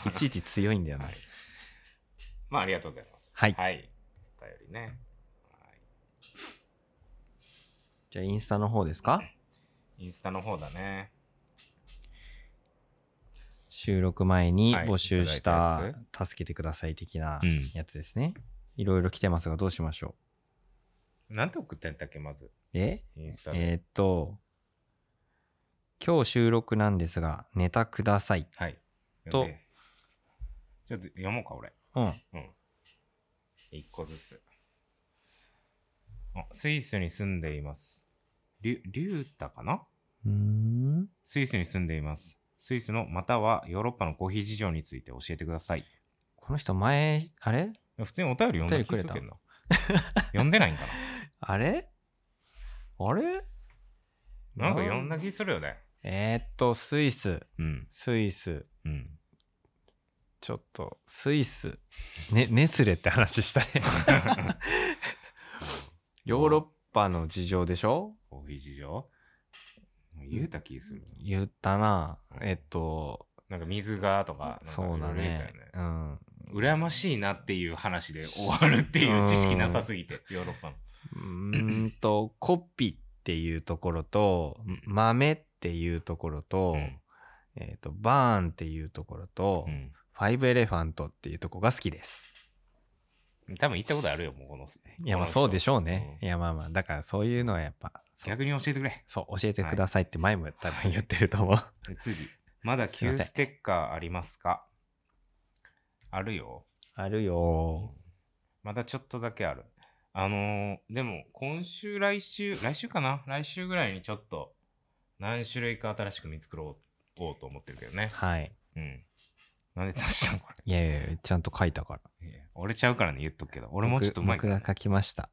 B: いちいち強いんだよな、
A: はいまあ、ありがとうございます。
B: はい
A: はい。お便りね。はい
B: じゃあインスタの方ですか
A: インスタの方だね。
B: 収録前に
A: はい
B: 募集し
A: いた
B: た
A: だいた
B: 「助けてください」的な
A: うん
B: やつですね、いろいろ来てますがどうしましょ
A: なんて送ってんだっけ、まず。
B: うえ
A: インスタで。
B: えーっと「今日収録なんですがネタください
A: はい。
B: と
A: 読んで。ちょっと読もうか、俺。」
B: うん
A: うん。一個ずつ。あ、スイスに住んでいます。りゅ、りゅうたかな
B: うーん
A: スイスに住んでいます。スイスのまたはヨーロッパのコーヒー事情について教えてください。
B: この人前あれ
A: 普通にお便り読んで
B: お便りくれた
A: んな。読んでないんか
B: あれあれ
A: な。な
B: <laughs>
A: んか読んだ気するよね。
B: えーっとスイス
A: うん。
B: スイス
A: うん。
B: ちょっとスイス、ね、ネスレって話したね <laughs> ヨーロッパの事情でしょ
A: コーヒー事情言うた気する。
B: 言ったなえっと
A: なんか水がとか、なんか
B: そうだ
A: いろいろ言
B: ね
A: ったよ
B: うん
A: 羨ましいなっていう話で終わるっていう知識なさすぎて、ヨーロッパの。
B: うーんとコピっていうところと
A: うん
B: 豆っていうところと,、
A: うん
B: えっとバーンっていうところと、ファイブエレファントっていうところが好きです
A: うん。多分行ったことあるよ、もうこの。
B: いやまあそうで
A: し
B: しょうね、
A: う
B: いやまあまあだからそういうのはやっぱそう
A: 逆に教えてくれ。
B: そう教えてくださいって前も多分言ってると思う、
A: で次。まだ
B: すいま
A: 旧
B: せん
A: ステッカーありますかあるよ。
B: あるよ
A: まだちょっとだけある。あのーでも今週、来週、来週かな来週ぐらいにちょっと何種類か新しく見つくろうと思ってるけどね。
B: はい
A: うん。なんで出したのこれ。
B: いやいやいやちゃんと書いたから
A: いや俺ちゃうからね、言っとくけど。俺もうちょっとうまいか
B: 僕
A: ら
B: 僕が書きました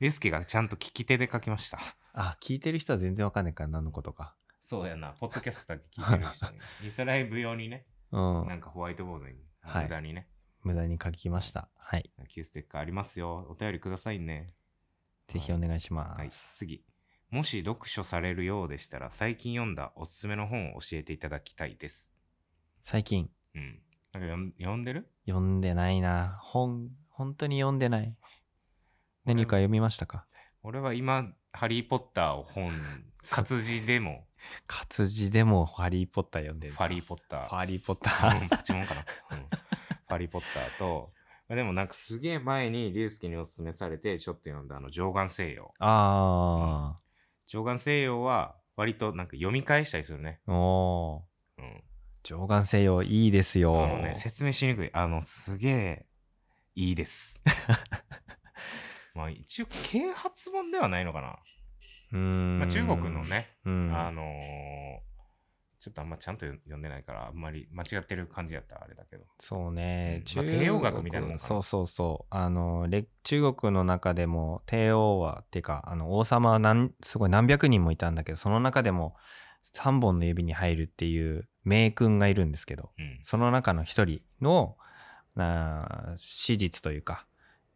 A: リスケがちゃんと聞き手で書きました。
B: あ聞いてる人は全然わかんないから何のことか
A: そうやな、ポッドキャストだけ聞いてる人に。リスライブ用にね、
B: うん
A: なんかホワイトボードに、
B: はい
A: 無駄にね、
B: 無駄に書きました。はい。
A: 旧ステッカーありますよ。お便りくださいね。
B: ぜひお願いします。
A: はい、次。もし読書されるようでしたら、最近読んだおすすめの本を教えていただきたいです。
B: 最近、
A: うん。なんか読ん読んでる
B: 読んでないな。本、本当に読んでない。何か読みましたか
A: 俺は今、ハリー・ポッターを <laughs> 本、活字でも、
B: 活字でもハリーポッター読んでるん
A: フ
B: ですか
A: ァリー・ポッター。
B: ハリーポッタ
A: う
B: ー。
A: んパチモンかな。うん、ハリー・ポッターと、まあでもなんかすげえ前に竜介におすすめされてちょっと読んだあの上岸西洋。
B: ああ。
A: 上岸西洋は割となんか読み返したりするね。
B: おお
A: うん。
B: ー上眼性よいいですよ。
A: あのね、説明しにくい。あの、すげえ、いいです。 <laughs> まあ一応、啓発本ではないのかな。
B: うーん
A: まあ、中国の。ね、
B: うん。
A: あのーちょっとあんまちゃんと読んでないから、あんまり間違ってる感じやったらあれだけど。
B: そうね、
A: うんまあ帝王学みたいなもんかな
B: そうそうそうあのれ中国の中でも帝王はっていうかあの王様は何すごい何百人もいたんだけどその中でも3本の指に入るっていう名君がいるんですけど
A: うん。
B: その中の一人のな史実というか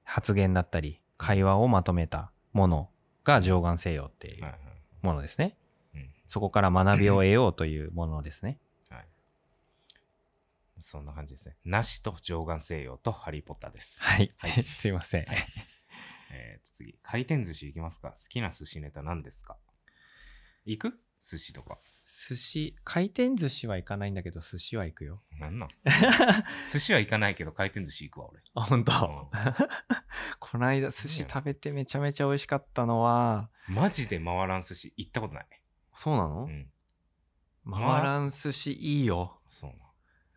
B: 発言だったり会話をまとめたものが上岸西洋っていう
A: はいはい
B: ものですね、
A: うん
B: そこから学びを得ようというものですね
A: そんな感じですね。なしと上岸西洋とハリー・ポッターです。
B: はい、
A: はい
B: <laughs> すいません
A: えーと次、回転寿司行きますか好きな寿司ネタ何ですか行く寿司とか。
B: 寿司回転寿司は行かないんだけど寿司は行くよ
A: なん
B: <laughs>
A: なん寿司は行かないけど回転寿司行くわ、俺。
B: あ本
A: う
B: 当、<laughs> こないだ寿司食べてめちゃめちゃ美味しかったのは
A: マジで回らん寿司行ったことない。
B: そうなの
A: う、ん。
B: 回らん寿司いいよ
A: そうな。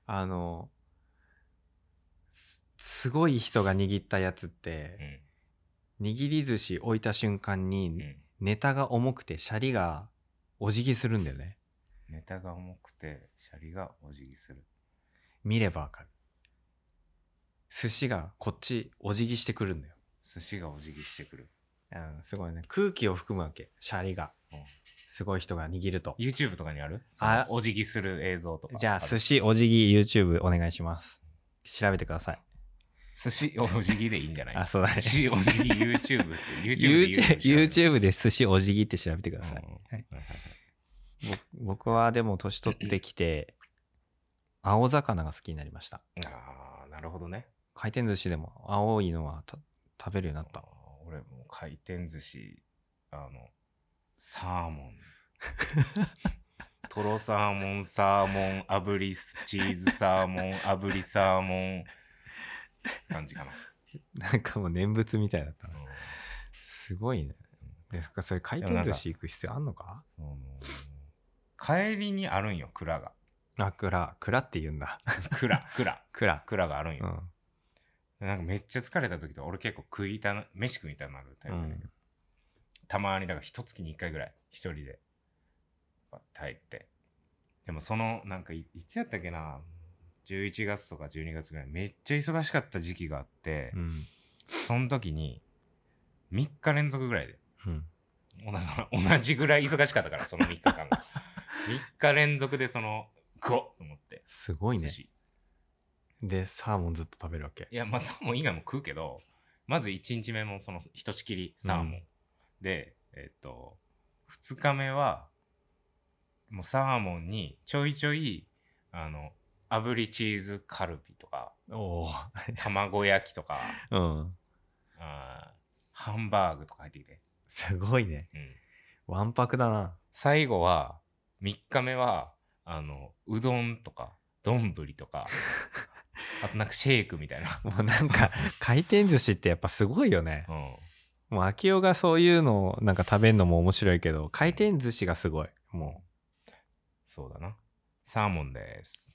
B: あのすすごい人が握ったやつっ
A: う
B: て、
A: ん。
B: 握り寿司置いた瞬間
A: う
B: に
A: ん。
B: ネタが重くてシャリがお辞儀するんだよね
A: ネタが重くて、シャリがお辞儀する。
B: 見ればわかる寿司がこっちお辞儀してくるんだよ
A: 寿司がお辞儀してくる。
B: うん、すごいね。空気を含むわけ。シャリが
A: うん。
B: すごい人が握ると。
A: YouTube とかにある
B: あ
A: そのお辞儀する映像とか。
B: じゃあ、寿
A: 司。
B: 司お辞儀 YouTube お願いします。調べてください。
A: 寿司お辞儀でいいんじゃない
B: あ、そうだね
A: 寿。司お辞儀 YouTube って。YouTube で言
B: YouTube
A: うでしょ
B: YouTube で寿司お辞儀って調べてください。
A: うん
B: はい
A: はいはいはい
B: ぼ僕はでも年取ってきて、青魚が好きになりました。
A: ああ、なるほどね。
B: 回転寿司でも青いのはた食べるようになっ
A: あー
B: た。
A: 俺もう回転寿司、あの、サーモン。トロサーモン、サーモン、炙りチーズサーモ
B: <laughs>
A: ン、炙りサーモン。感じかな。
B: <laughs> なんかもう念仏みたいだった
A: う
B: な。
A: ん
B: すごいね。でそっかそれ回
A: でも
B: 転
A: なん
B: 寿
A: か
B: 司行く必要あんのか
A: その帰りにあるんよ、蔵が。
B: あ、蔵。蔵って言うんだ。 <laughs>
A: 蔵、蔵、
B: 蔵。
A: 蔵があるん
B: う
A: よ。
B: ん。
A: なんかめっちゃ疲れた時とか、俺結構食いたな、飯食いたなるタイプだけど、
B: うん
A: たまに、だから一月に一回ぐらい、一人で、バッて入って。でもその、なんかい、いつやったっけな、11月とか12月ぐらい、めっちゃ忙しかった時期があって、
B: うん。
A: その時に、3日連続ぐらいで、
B: うん。
A: おだから同じぐらい忙しかったから、その3日間
B: <laughs>
A: が。3日連続でその、食おうと思って。
B: すごい
A: 寿。
B: ね
A: 司
B: で、サーモンずっと食べるわけ
A: い。やまあサーモン以外も食うけどまず1日目もそのひとしきりサーモン、
B: うん
A: でえっと2日目はもうサーモンにちょいちょいあの炙りチーズカルビとか
B: おお。
A: 卵焼きとか
B: <laughs> うん。
A: あーハンバーグとか入ってきて、
B: すごいね。
A: うん
B: わんぱくだな。
A: 最後は3日目はあのうどんとか丼とかあとなんかシェイクみたいな、
B: もうなん <laughs> か、回転寿司ってやっぱすごいよね
A: う。ん、
B: もう、秋代がそういうのをなんか食べるのも面白いけど、回転寿司がすごい。もう、
A: そうだなサーモンです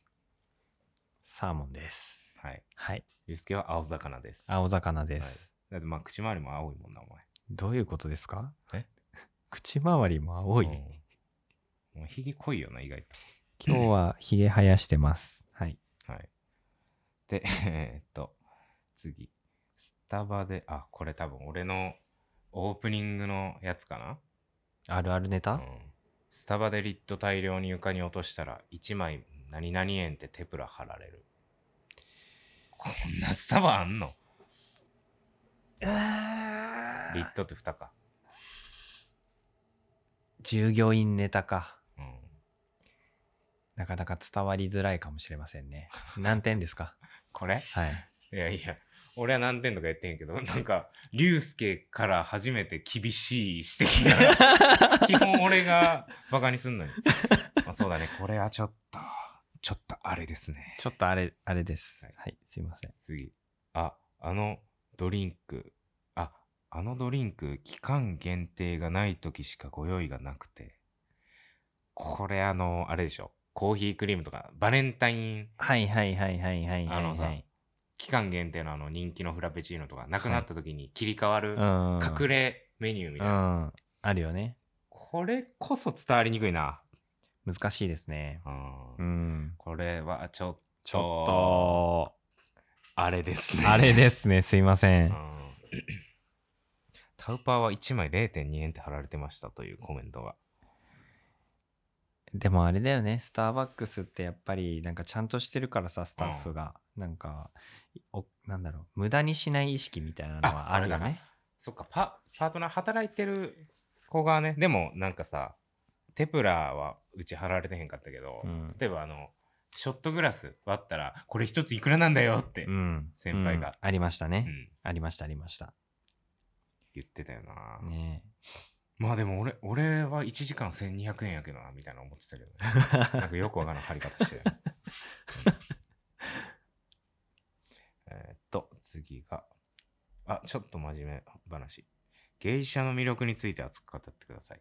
B: サーモンです。
A: はい
B: はい。
A: ゆうすけは青魚です。
B: 青魚です。
A: だってまあ口周りも青いもんな、お前。
B: どういうことですか
A: え
B: <laughs> 口周りも青い。
A: うん。もうひげ濃いよな、意外
B: 今日はひげ生やしてます。はい。
A: と。はい。で、 <laughs> えーっと、次。スタバで、あ、これ多分俺のオープニングのやつか
B: あるあるネタ、
A: な。うんスタバでリット大量に床に落としたら、1枚何々円ってテプラ貼られる。こんなスタバあんのリットって蓋か。
B: 従業員ネタか。
A: うん。
B: なかなか伝わりづらいかもしれませ <laughs> んね。何点ですか
A: これ
B: はい。
A: いやいや、俺は何点とか言ってんやけど、 <laughs> なんか、竜介から初めて厳しい指摘が、基本俺がバカにすんのに。まあそうだね、これはちょっと、ちょっとあれですね。
B: ちょっとあれ、あれです。
A: は
B: はいい、すいません。
A: 次。あ、あのドリンク、あ、あのドリンク、期間限定がない時しかご用意がなくて、これあの、あれでしょ。コーヒークリームとか、バレンタイン
B: はいはいはいはいはいはい
A: あのさ
B: はい
A: 期間限定のあの人気のフラペチーノとか、なくなった時に切り替わる
B: うん
A: 隠れメニューみ
B: う
A: たいな。
B: んあるよね
A: これこそ伝わりにくいな。
B: 難しいですね
A: うん
B: うん
A: これはちょっ
B: ちょっと
A: あれですね。
B: あれです
A: <laughs>
B: ねすいませ
A: うん <coughs> んタウパーは1枚0.2円って貼られてましたというコメントが。
B: でもあれだよねスターバックスってやっぱりなんかちゃんとしてるからさスタッフが、なんかおなんだろう無駄にしない意識みたいなのは
A: あ
B: あるよ
A: あれ
B: ね
A: そっか、パパートナー働いてる子がね、でもなんかさ、テプラはうち貼られてへんかったけど、
B: うん
A: 例えばあの、ショットグラス割ったら、これ一ついくらなんだよって、
B: う
A: うん
B: ん
A: 先輩が
B: うんありましたね、ありましたありました
A: 言ってたよな、
B: ね
A: まあでも俺、俺は1時間1200円やけどな、みたいな思ってたけど、
B: え <laughs>
A: なんかよくわからん貼り方してる。うんえーっと、次が。あ、ちょっと真面目話。芸者の魅力について熱く語ってください。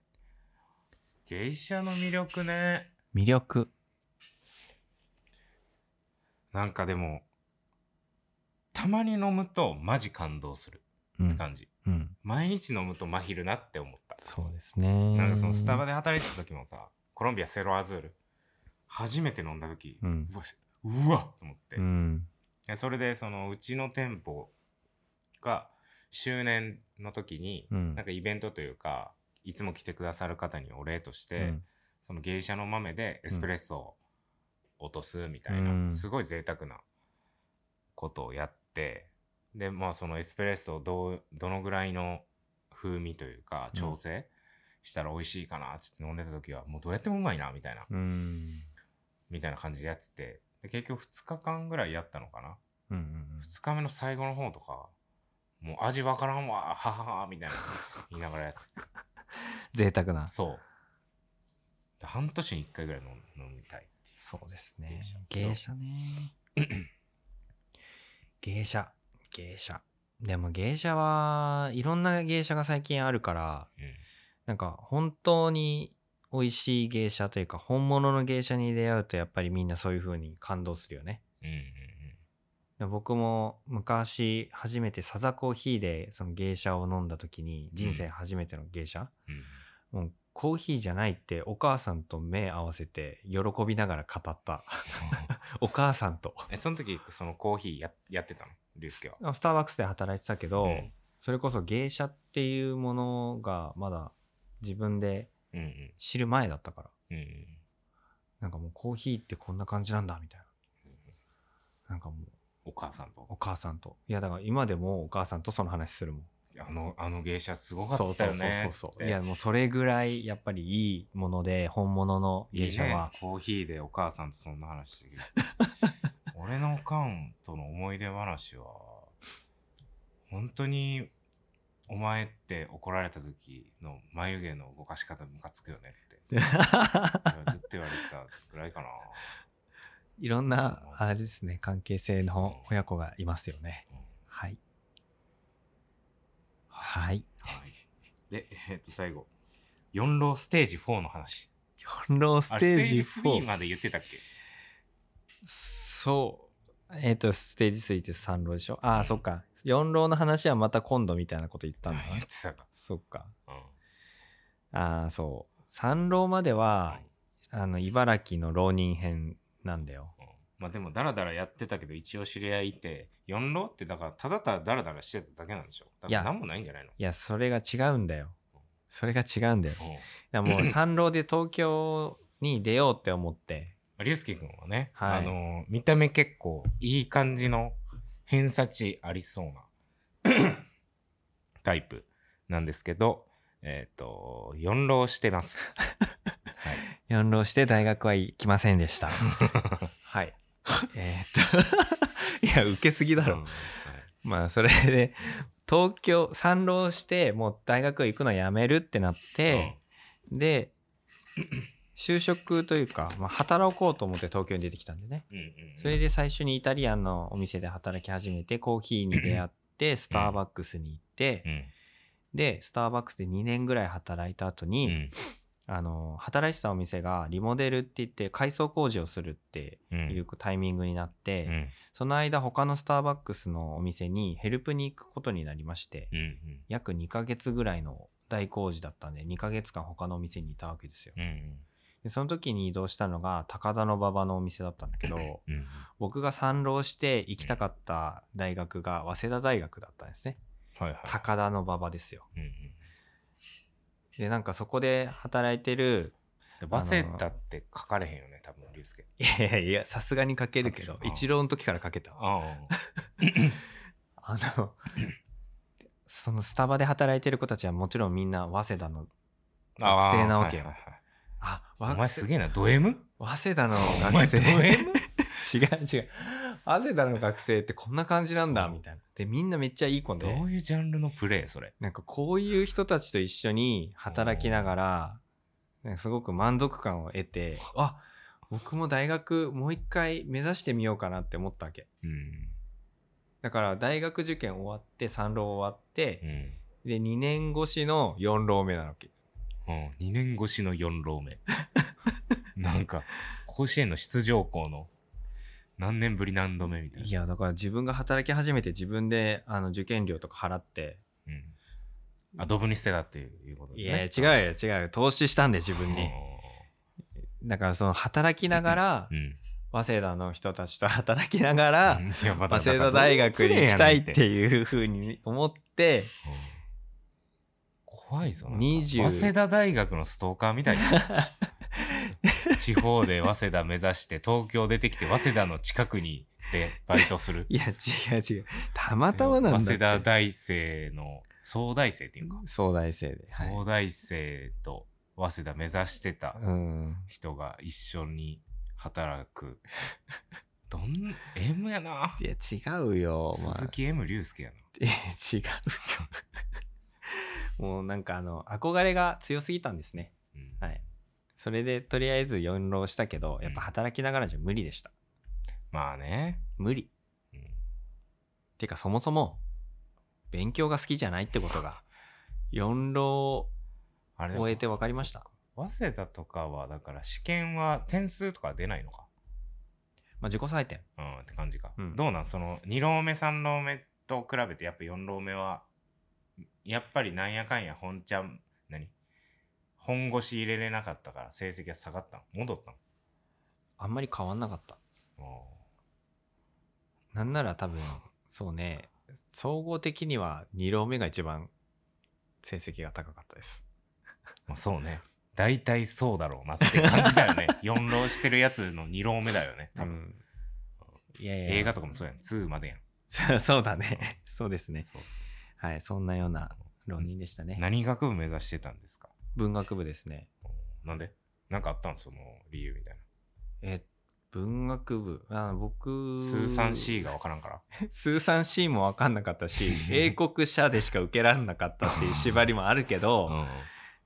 A: 芸者の魅力ね。
B: 魅力
A: なんかでも、たまに飲むとマジ感動する
B: う
A: って
B: ん、
A: 感じ。
B: うん、
A: 毎日飲むと真昼なって思った。
B: そうですね
A: なんかそのスタバ
B: で
A: で働いてた時もさ、コロンビアセロアズール、初めて飲んだ時、
B: うん
A: うわし、うわっと思って、
B: うん
A: でそれでそのうちの店舗が周年の時に、
B: うん
A: なんかイベントというかいつも来てくださる方にお礼とし
B: う
A: て、
B: ん
A: その芸者の豆でエスプレッソを落とすみたいな、
B: うん
A: すごい贅沢なことをやってでまあそのエスプレッソをどうどのぐらいの風味というか調整したら美味しいかなっつって飲んでた時はもうどうやってもうまいなみたいな
B: うん
A: みたいな感じでやっててで結局2日間ぐらいやったのかな
B: うんうん
A: 2日目の最後の方とか、もう味わからんわ、ははは、みたいな言いながらやって
B: <laughs>
A: て。
B: 贅沢な
A: そう。半年に1回ぐらい飲む飲みたい。
B: そうですね
A: 芸
B: 芸
A: 者
B: 者ね芸者芸者でも芸者はいろんな芸者が最近あるから
A: うん。
B: なんか本当に美味しい芸者というか本物の芸者に出会うとやっぱりみんなそういう風に感動するよね
A: うんうん
B: 僕も昔初めてサザコーヒーでその芸者を飲んだ時に人生初めての芸者、
A: うん。うん
B: もうコーヒーじゃないってお母さんと目合わせて喜びながら語ったお母さんと
A: え、その時、そのコーヒーややってたの竜介は。
B: あスターバックスで働いてたけど、
A: うん
B: それこそ芸者っていうものがまだ自分で
A: うんうん。
B: 知る前だったから
A: うんうん。
B: なんかもうコーヒーってこんな感じなんだみたいななんかもう
A: お母さんと
B: お。母さんといやだから今でもお母さんとその話するもん
A: あの、あの芸者すごかったよね。
B: そうそうそうそうい
A: い
B: や
A: や、
B: もうそれぐらいやっぱりいいもので本物の
A: い
B: 芸
A: い
B: 者は
A: ね。コーヒーでお母さんとそんな話 <laughs> してる。俺のおかんとの思い出話は、本当に、お前って怒られた時の眉毛の動かし方ムカつくよね <laughs> って。ずっと言われてたぐらいかな。
B: <laughs> いろんな、あれですね、関係性の親子がいますよね。
A: うん
B: はい。はい。
A: はい、で、えっと、最後。四郎ステージ4の話。
B: 四郎ス
A: あ
B: テ
A: れ
B: ージ
A: ステージ3
B: 4。
A: まで言ってたっけ
B: そう。えっ、と、ステージ3って三郎でしょああ、
A: うん
B: そっか。四郎の話はまた今度みたいなこと言ったんだ
A: あ言っ
B: な。
A: てたか。
B: そっか。
A: うん。
B: ああ、そう。三郎までは、あの、茨城の浪人編なんだよ。
A: うんまあでもダラダラやってたけど一応知り合いいて四郎ってだからただただダラダラしてただけなんでしょだ
B: い
A: か
B: や
A: ら何もないんじゃないの
B: いや、それが違うんだよ。それが違うんだよ。
A: う
B: だか
A: んま
B: らもう三郎で東京に出ようって思って、
A: あ竜介君はね、
B: はい
A: あのー見た目結構いい感じの偏差値ありそうなタイプなんですけどえっ、と四郎して
B: <laughs>
A: ます、はい、
B: 四浪して大学は行きませんでした。はい。えーっと、 <laughs> いや、受けすぎだ
A: う
B: ろ。
A: んはい
B: まあ、それで、東京、三浪して、もう大学行くのやめるってなって、で、就職というか、まあ、働こうと思って東京に出てきたんでね。
A: うんうんうんうん
B: それで最初にイタリアンのお店で働き始めて、コーヒーに出会って、スターバックスに行って
A: う、ん
B: で、スターバックスで2年ぐらい働いた後に、
A: うん
B: あの働いてたお店がリモデルって言って改装工事をするって
A: うん
B: いうタイミングになって、
A: うん
B: その間他のスターバックスのお店にヘルプに行くことになりまして、
A: うん
B: 約2ヶ月ぐらいの大工事だったんで2ヶ月間他のお店にいたわけですよ
A: うんうん
B: でその時に移動したのが高田の馬場のお店だったんだけど
A: うん
B: 僕が参浪して行きたかった大学が早稲田大学だったんですね
A: はいはい
B: 高田の馬場ですよ
A: うん
B: でなんかそこで働いてる <laughs>
A: うんバセタって書かれへんよね多分竜介
B: いやいやいやさすがに書けるけ
A: 書
B: ど
A: ける
B: 一郎の時から書けた
A: あ <laughs> あ
B: あのそのスタバで働いてる子たちはもちろんみんな早稲田の学生なわけよ
A: ああはいはいはい
B: あ
A: お前すげ
B: え
A: えなド M?
B: 早稲田の
A: お前
B: 学
A: ド
B: 生
A: M?
B: <laughs> 違う違う早稲田の学生ってこんな感じなんだみたいなでみんなめっちゃいい子
A: ど
B: で
A: ういうジャンルのプレイそれ
B: なんかこういう人たちと一緒に働きながらなんかすごく満足感を得てあ僕も大学もう一回目指してみようかなって思ったわけ
A: うん
B: だから大学受験終わって3浪終わって
A: う、ん
B: で2年越しの4浪目なわけ
A: うん、2年越しの4浪 <laughs> 目なんか甲子園の出場校の何年ぶり何度目みたいない
B: やだから自分が働き始めて自分であの受験料とか払って
A: うん、あドブに捨てたっていうことで、
B: いや
A: ね、
B: 違うよ違うよ投資したんで自分にだからその働きながら
A: うん、うん
B: 早稲田の人たちと働きながら、
A: いやまだ
B: 早稲田大学に行きたいって
A: うん
B: いうふうに思って
A: 怖いぞなんか
B: 20
A: 早稲田大学のストーカーみたいな <laughs> 地方で早稲田目指して東京出てきて早稲田の近くにでバイトする
B: いや違う違うたまたまなんだって
A: 早稲田大生の総大生っていうか、
B: 総大生で、はい
A: 総大生と早稲田目指してた
B: うん
A: 人が一緒に働くどん M やない
B: や違うよお前
A: 鈴木 M 竜介やな
B: いや違うよ <laughs> もうなんかあの憧れが強すぎたんですね
A: うん
B: はいそれでとりあえず4浪したけどやっぱ働きながらじゃ無理でした
A: まあね、
B: 無理
A: うん
B: てかそもそも勉強が好きじゃないってことが4浪
A: あれ
B: 終えて分かりました
A: 早稲田とかはだから試験は点数とか出ないのか
B: まあ自己採点
A: うんって感じか、
B: うん
A: どうなんその2浪目3浪目と比べてやっぱ4浪目はやっぱりなんやかんや本ちゃん何本腰入れれなかったから成績が下がったの戻った
B: あんまり変わんなかった
A: の
B: なんなら多分そうね総合的には2浪目が一番成績が高かったです
A: まあそうね大体そうだろうなって感じだ
B: <laughs>
A: よね4浪してるやつの2浪目だよね多分、
B: うんいやいや
A: 映画とかもそうやん2までやん、
B: <laughs> そうそうだねそうですね
A: そうそう
B: はいそんなような浪人でしたね
A: 何学部目指してたんですか
B: 文学部ですね
A: なんでなんかあったんその理由みたい
B: え文学部あ僕
A: な。スーサン C がわからんから。
B: スーサン C も分かんなかった
A: <laughs>
B: し英国社でしか受けられなかったっていう縛りもあるけど、
A: うん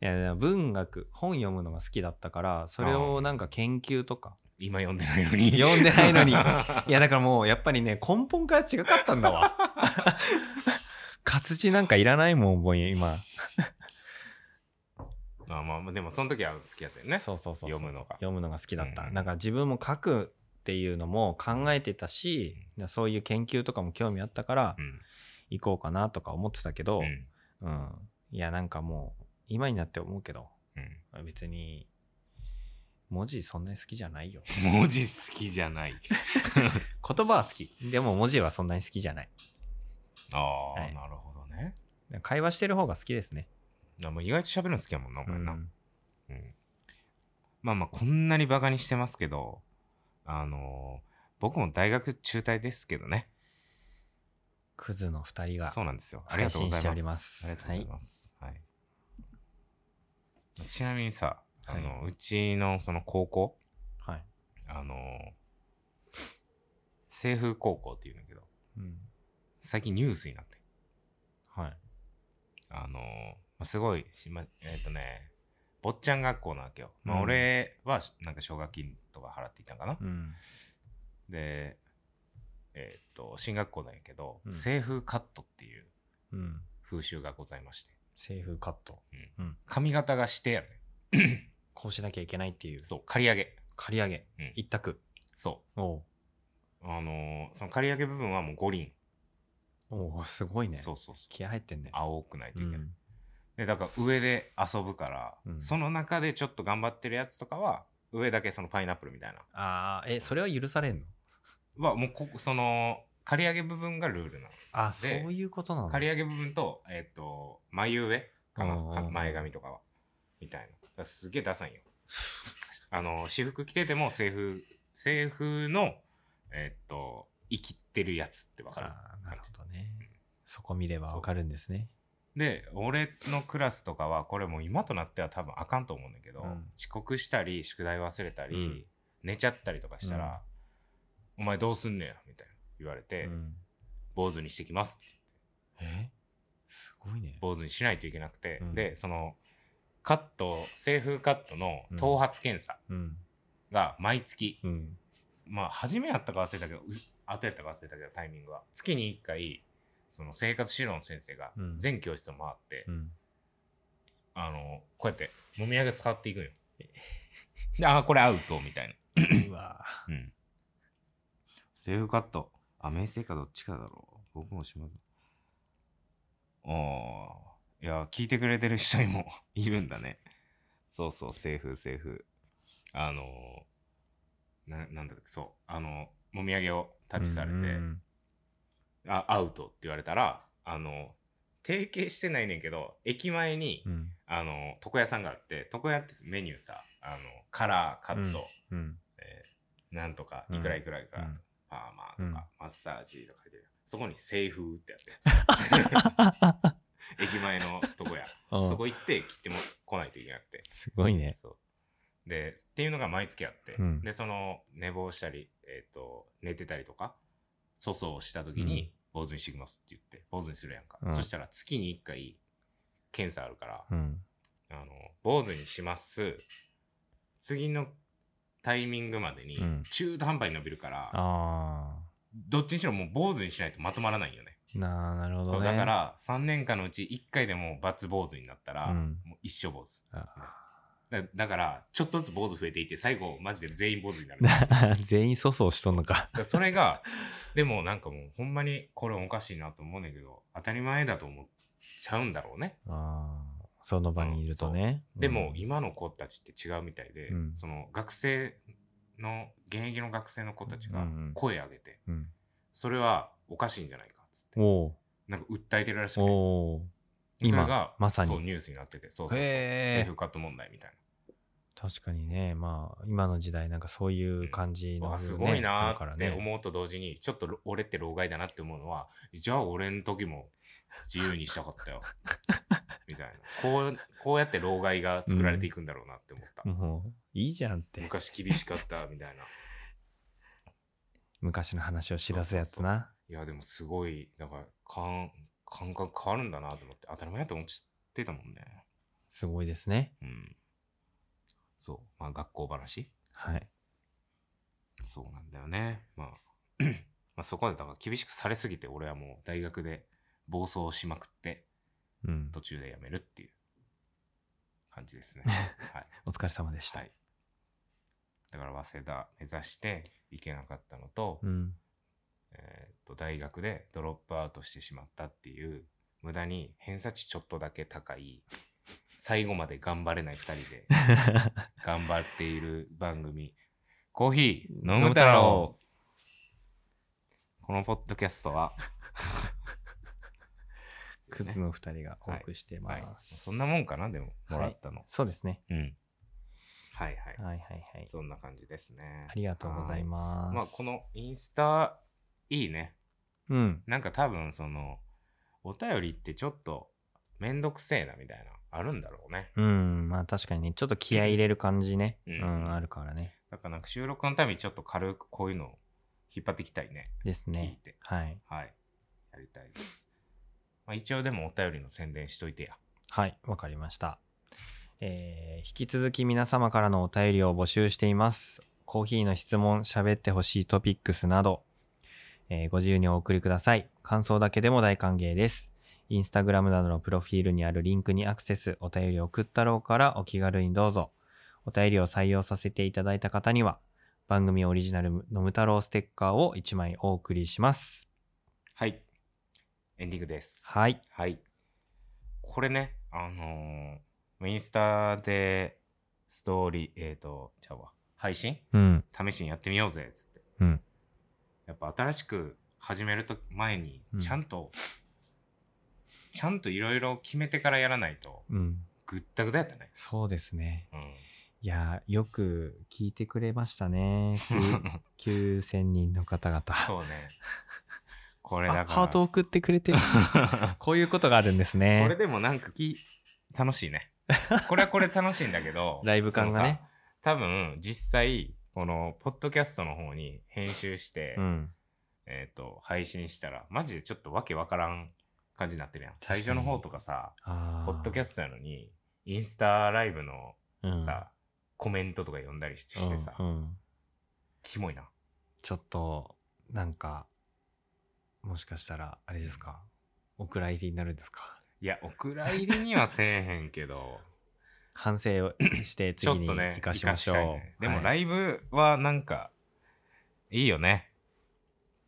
B: いやいや文学本読むのが好きだったからそれをなんか研究とか
A: 今読んでないのに。
B: 読んでな
A: <laughs>
B: いのに
A: あ
B: いやだからもうやっぱりね根本から違かったんだわ活字なんかいらないもんもう今
A: まあまあ、でもその時は好きやったよね。
B: そうそうそうそう
A: 読むのが
B: 読むのが好きだった、
A: うん
B: だから自分も書くっていうのも考えてたし、そういう研究とかも興味あったから
A: うん。
B: 行こうかなとか思ってたけど、
A: うん。
B: うん、いやなんかもう今になって思うけど
A: うん
B: 別に文字そんなに好きじ
A: <laughs>
B: ゃないよ
A: 文字好きじゃない。
B: 言葉は好きでも文字はそんなに好きじゃない
A: あ <laughs> あ、
B: はい
A: なるほどね。
B: 会話してる方が好きですね、
A: あまあ、意外と喋るの好きやもんな、お
B: う
A: 前な。
B: ん、
A: うんまあまあ、こんなにバカにしてますけど、あのー僕も大学中退ですけどね。
B: クズの2人が
A: そうなんですよ。ありが
B: 配
A: とうご
B: 信
A: ざ
B: し
A: い
B: てお
A: ま
B: り
A: す。
B: ます
A: ありがとうございます。はい。ちなみにさ、あの、うちのその高校、
B: はい、はい
A: あの、清風高校っていうんだけど、
B: うん
A: 最近ニュースになって、
B: はい、
A: あの、まあ、すごい、しま、えっ、とね、坊っちゃん学校なわけよ。まあ、
B: うん
A: 俺は、なんか奨学金とか払っていたんかな。
B: うん、
A: で、えっ、と、進学校なんやけど、
B: うん
A: 清風カットっていう
B: うん、
A: 風習がございまして、
B: セーフカット <clears throat>
A: 髪型がしてやるね。
B: こうしなきゃいけないっていう。
A: そう、借り上げ。
B: 借り上げ、
A: うん
B: 一択。
A: そ
B: おう
A: う。あのーその借り上げ部分はもう五輪。
B: おうすごいね。
A: そうそうそう。
B: 気合入ってんね。
A: 青くないと
B: う
A: いけない。
B: ん。
A: で、だから上で遊ぶから、
B: うん
A: その中でちょっと頑張ってるやつとかは、上だけそのパイナップルみたいな。
B: ああ、え、それは許されんの
A: は、もうこ、その、借り上げ部分がルールな
B: あ、そ
A: で
B: ういうことなの
A: の。借り上げ部分と、えっ、と、眉上かな
B: うんうん
A: か前髪とかは。みたいな。だからすげえダサいよ。あの、私服着てても制服、制服の、えっ、と、生きってるやつってわかる
B: あーなるほどね。そこ見ればわかるんですね。
A: で俺のクラスとかはこれもう今となっては多分あかんと思うんだけど、
B: うん
A: 遅刻したり宿題忘れたり、
B: うん
A: 寝ちゃったりとかしたら「お前どうすんねや」みたいな言われて、
B: うん
A: 坊主にしてきます」って
B: えすごいね。
A: 坊主にしないといけなくて、
B: うん
A: でそのカット制風カットの頭髪検査
B: うん。
A: が毎月、
B: うん。
A: まあ初めやったか忘れたけどう後やったか忘れたけどタイミングは月に1回その生活指導の先生が
B: うん
A: 全教室を回って、
B: うん。
A: あの、こうやって、もみあげ使っていくんよ。で、 <laughs> あー、これアウト、みたいな。
B: うわ
A: うん。セーフカット。あ、名声かどっちかだろう。僕もしまう。ああ、いや、聞いてくれてる人にも <laughs> いるんだね。そうそう、セーフ、セーフ。あのー、な、なんだっけ、そう。あの、もみあげをタッチされて、
B: うんうん
A: あ、アウトって言われたら、あの、提携してないねんけど、駅前に、
B: うん。
A: あの床屋さんがあって床屋ってメニューさあのカラーカット、
B: うん。
A: えーなんとか
B: うん
A: いくらいくらいくら、
B: うん
A: パーマとか、マッサージとか書いてるそこに「清風」って
B: <laughs>
A: あって駅前の床屋
B: うん
A: そこ行って切っても来ないといけなくて
B: すごいね。
A: そうでっていうのが毎月あって、
B: うん
A: でその寝坊したり、えー、と寝てたりとか粗相をした時に坊主にしてきますって言って坊主にするやんか、
B: うん
A: そしたら月に1回検査あるから、
B: うん。
A: あの、坊主にします。次のタイミングまでに
B: うん
A: 中途半端に伸びるから、
B: あ
A: どっちにしろもう坊主にしないとまとまらないよね。
B: あ。なあ、なるほどね。
A: だか、ら、3年間のうち1回でも罰坊主になったら、
B: うん
A: もう一生坊主。
B: あ
A: だだから、ちょっとずつ坊主増えていって、最後、マジで全員坊主
B: <laughs>
A: になる。だか
B: ー全員粗相しとんのか。
A: らそれが、でもなんかもう、ほんまにこれおかしいなと思うんだけど、当たり前だと思っちゃうんだろうね。
B: ああ。その場にいるとね。
A: でも、
B: うん
A: 今の子たちって違うみたいで、
B: うん
A: その学生の現役の学生の子たち
B: う
A: が
B: んうん
A: 声上げて、
B: うん。
A: それはおかしいんじゃないかっつって
B: お
A: なんか訴えてるらし
B: お。
A: くて
B: おお。
A: それ
B: 今
A: が、
B: まさ
A: そう
B: に。
A: ニュースになっててそうそう
B: へ
A: 政
B: え
A: 府。カット問題みたい
B: 確かにね、まあ、今の時代、なんかそういう感じ
A: な、
B: の、
A: わ
B: ね
A: あすごいな
B: だか
A: ー
B: ら
A: って
B: ね。
A: 思うと同時にちょっと俺って老害だなって思うのはじゃあ俺の時も自由にしたかった
B: <laughs>
A: よみたいなこうこうやって老害が作られていくんだろうなって思った、
B: もう、いいじゃんって。
A: 昔厳しかったみたいな
B: 昔の話をしだすやつな。
A: いや、でもすごい、だから、感、感覚変わるんだなと思って、当たり前だと思ってたもんね。
B: すごいですね。
A: うん。そう。まあ、学校話
B: はい。
A: そうなんだよね。まあ、 <clears throat> まあそこで、だから厳しくされすぎて、俺はもう大学で暴走しまくって、
B: うん。
A: 途中で辞めるっていう感じですね。はい。
B: お疲れ様でした。
A: はい。だから、早稲田目指していけなかったのと、 <laughs>
B: うん。
A: えーっと大学でドロップアウトしてしまったっていう無駄に偏差値ちょっとだけ高い最後まで頑張れない2人で頑張っている番組「コーヒー飲む太郎」このポッドキャストは
B: クズの二人がお送りして
A: はい
B: ま、す。
A: そんなもんかなでももらったの、
B: そうですね。
A: うんはいはい、
B: はいはいはい。
A: そんな感じですね
B: ありがとうございま
A: は
B: す。
A: いまあこのインスタいいね
B: うん。
A: なんか多分そのお便りってちょっとめんどくせえなみたいなあるんだろうね
B: うん。まあ確かにね、ちょっと気合い入れる感じね。
A: う
B: うんん、あるからね。
A: だからなんか収録のためにちょっと軽くこういうのを引っ張っていきたいね
B: で
A: 聞
B: す
A: い
B: ね
A: て。
B: はい。
A: はいやりたいです、まあ、一応でもお便りの宣伝しといてや
B: はい、わかりました。えー引き続き皆様からのお便りを募集しています。コーヒーの質問、喋ってほしいトピックスなど、えーご自由にお送りください。感想だけでも大歓迎です。インスタグラムなどのプロフィールにあるリンクにアクセス、お便りを送ったろうからお気軽にどうぞ。お便りを採用させていただいた方には、番組オリジナルのむ太郎ステッカーを1枚お送りします。
A: はい。エンディングです。
B: はい。
A: はい。これね、あのーインスタで、ストーリー、えっ、と、ちゃうわ、配信
B: うん。
A: 試しにやってみようぜ、つって。
B: うん
A: やっぱ新しく始めると前に
B: う、ん
A: ちゃんと、ちゃんといろいろ決めてからやらないと、
B: うん。
A: ぐったぐだやったね。
B: そうですね。
A: うん。
B: いやー、よく聞いてくれまし
A: <laughs>
B: たね。きゅ9000人の方々。
A: そうね。これ
B: あ
A: だから。
B: ハート送ってく
A: <laughs>
B: れてる。こういうことがあるんで
A: こ
B: す
A: れ
B: ね。
A: でもなんかき楽しいね。これはこれ楽しいんだけど
B: <laughs> 、ライブ感がね
A: そのさ。多分実際、このポッドキャストの方に編集して、
B: うん。
A: えっ、と、配信したら、マジでちょっとわけわからん感じになってるやん。
B: 確かに
A: 最初の方とかさ、
B: あ
A: ポッドキャ
B: ス
A: ストなのに、インスタライブの
B: ト
A: さ、コメントとか読んだりしてさ、
B: うんうん
A: キモいな。
B: ちょっと、なんか、もしかしたら、あれですか、お蔵入りになるんですか
A: いや、お蔵入りにはせえへんけ
B: <laughs>
A: ど、
B: 反省をして
A: ち
B: 次
A: ょっ
B: に
A: とね
B: 生、かしましょう。
A: 活たいねでも
B: は
A: ラ
B: い
A: イブはなんか、いいよね。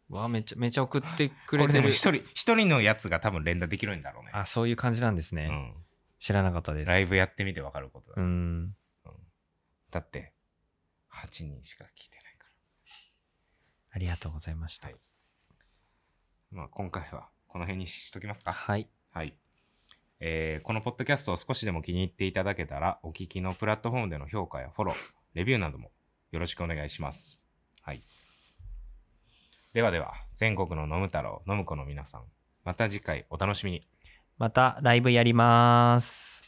B: わあめちゃめちゃ送ってく
A: こ
B: れ
A: れ
B: て
A: でも
B: る。
A: 一人、一人のやつが多分連打できるんだろうね。
B: あ、そういう感じなんです
A: う
B: ね。
A: ん。
B: 知らなかったです。
A: ライブやってみてわかることだ。
B: うん。
A: だって、8人しか聞いてないか
B: ありがとうございました。
A: はいら。まあ今回はこの辺にしときますか。
B: はい。
A: はい。えーこのポッドキャストを少しでも気に入っていただけたら、お聞きのプラットフォームでの評価やフォロー、 <laughs> レビューなどもよろしくお願いします。はい。ではでは、全国の飲む太郎、飲む子の皆さん、また次回お楽しみに。
B: またライブやります。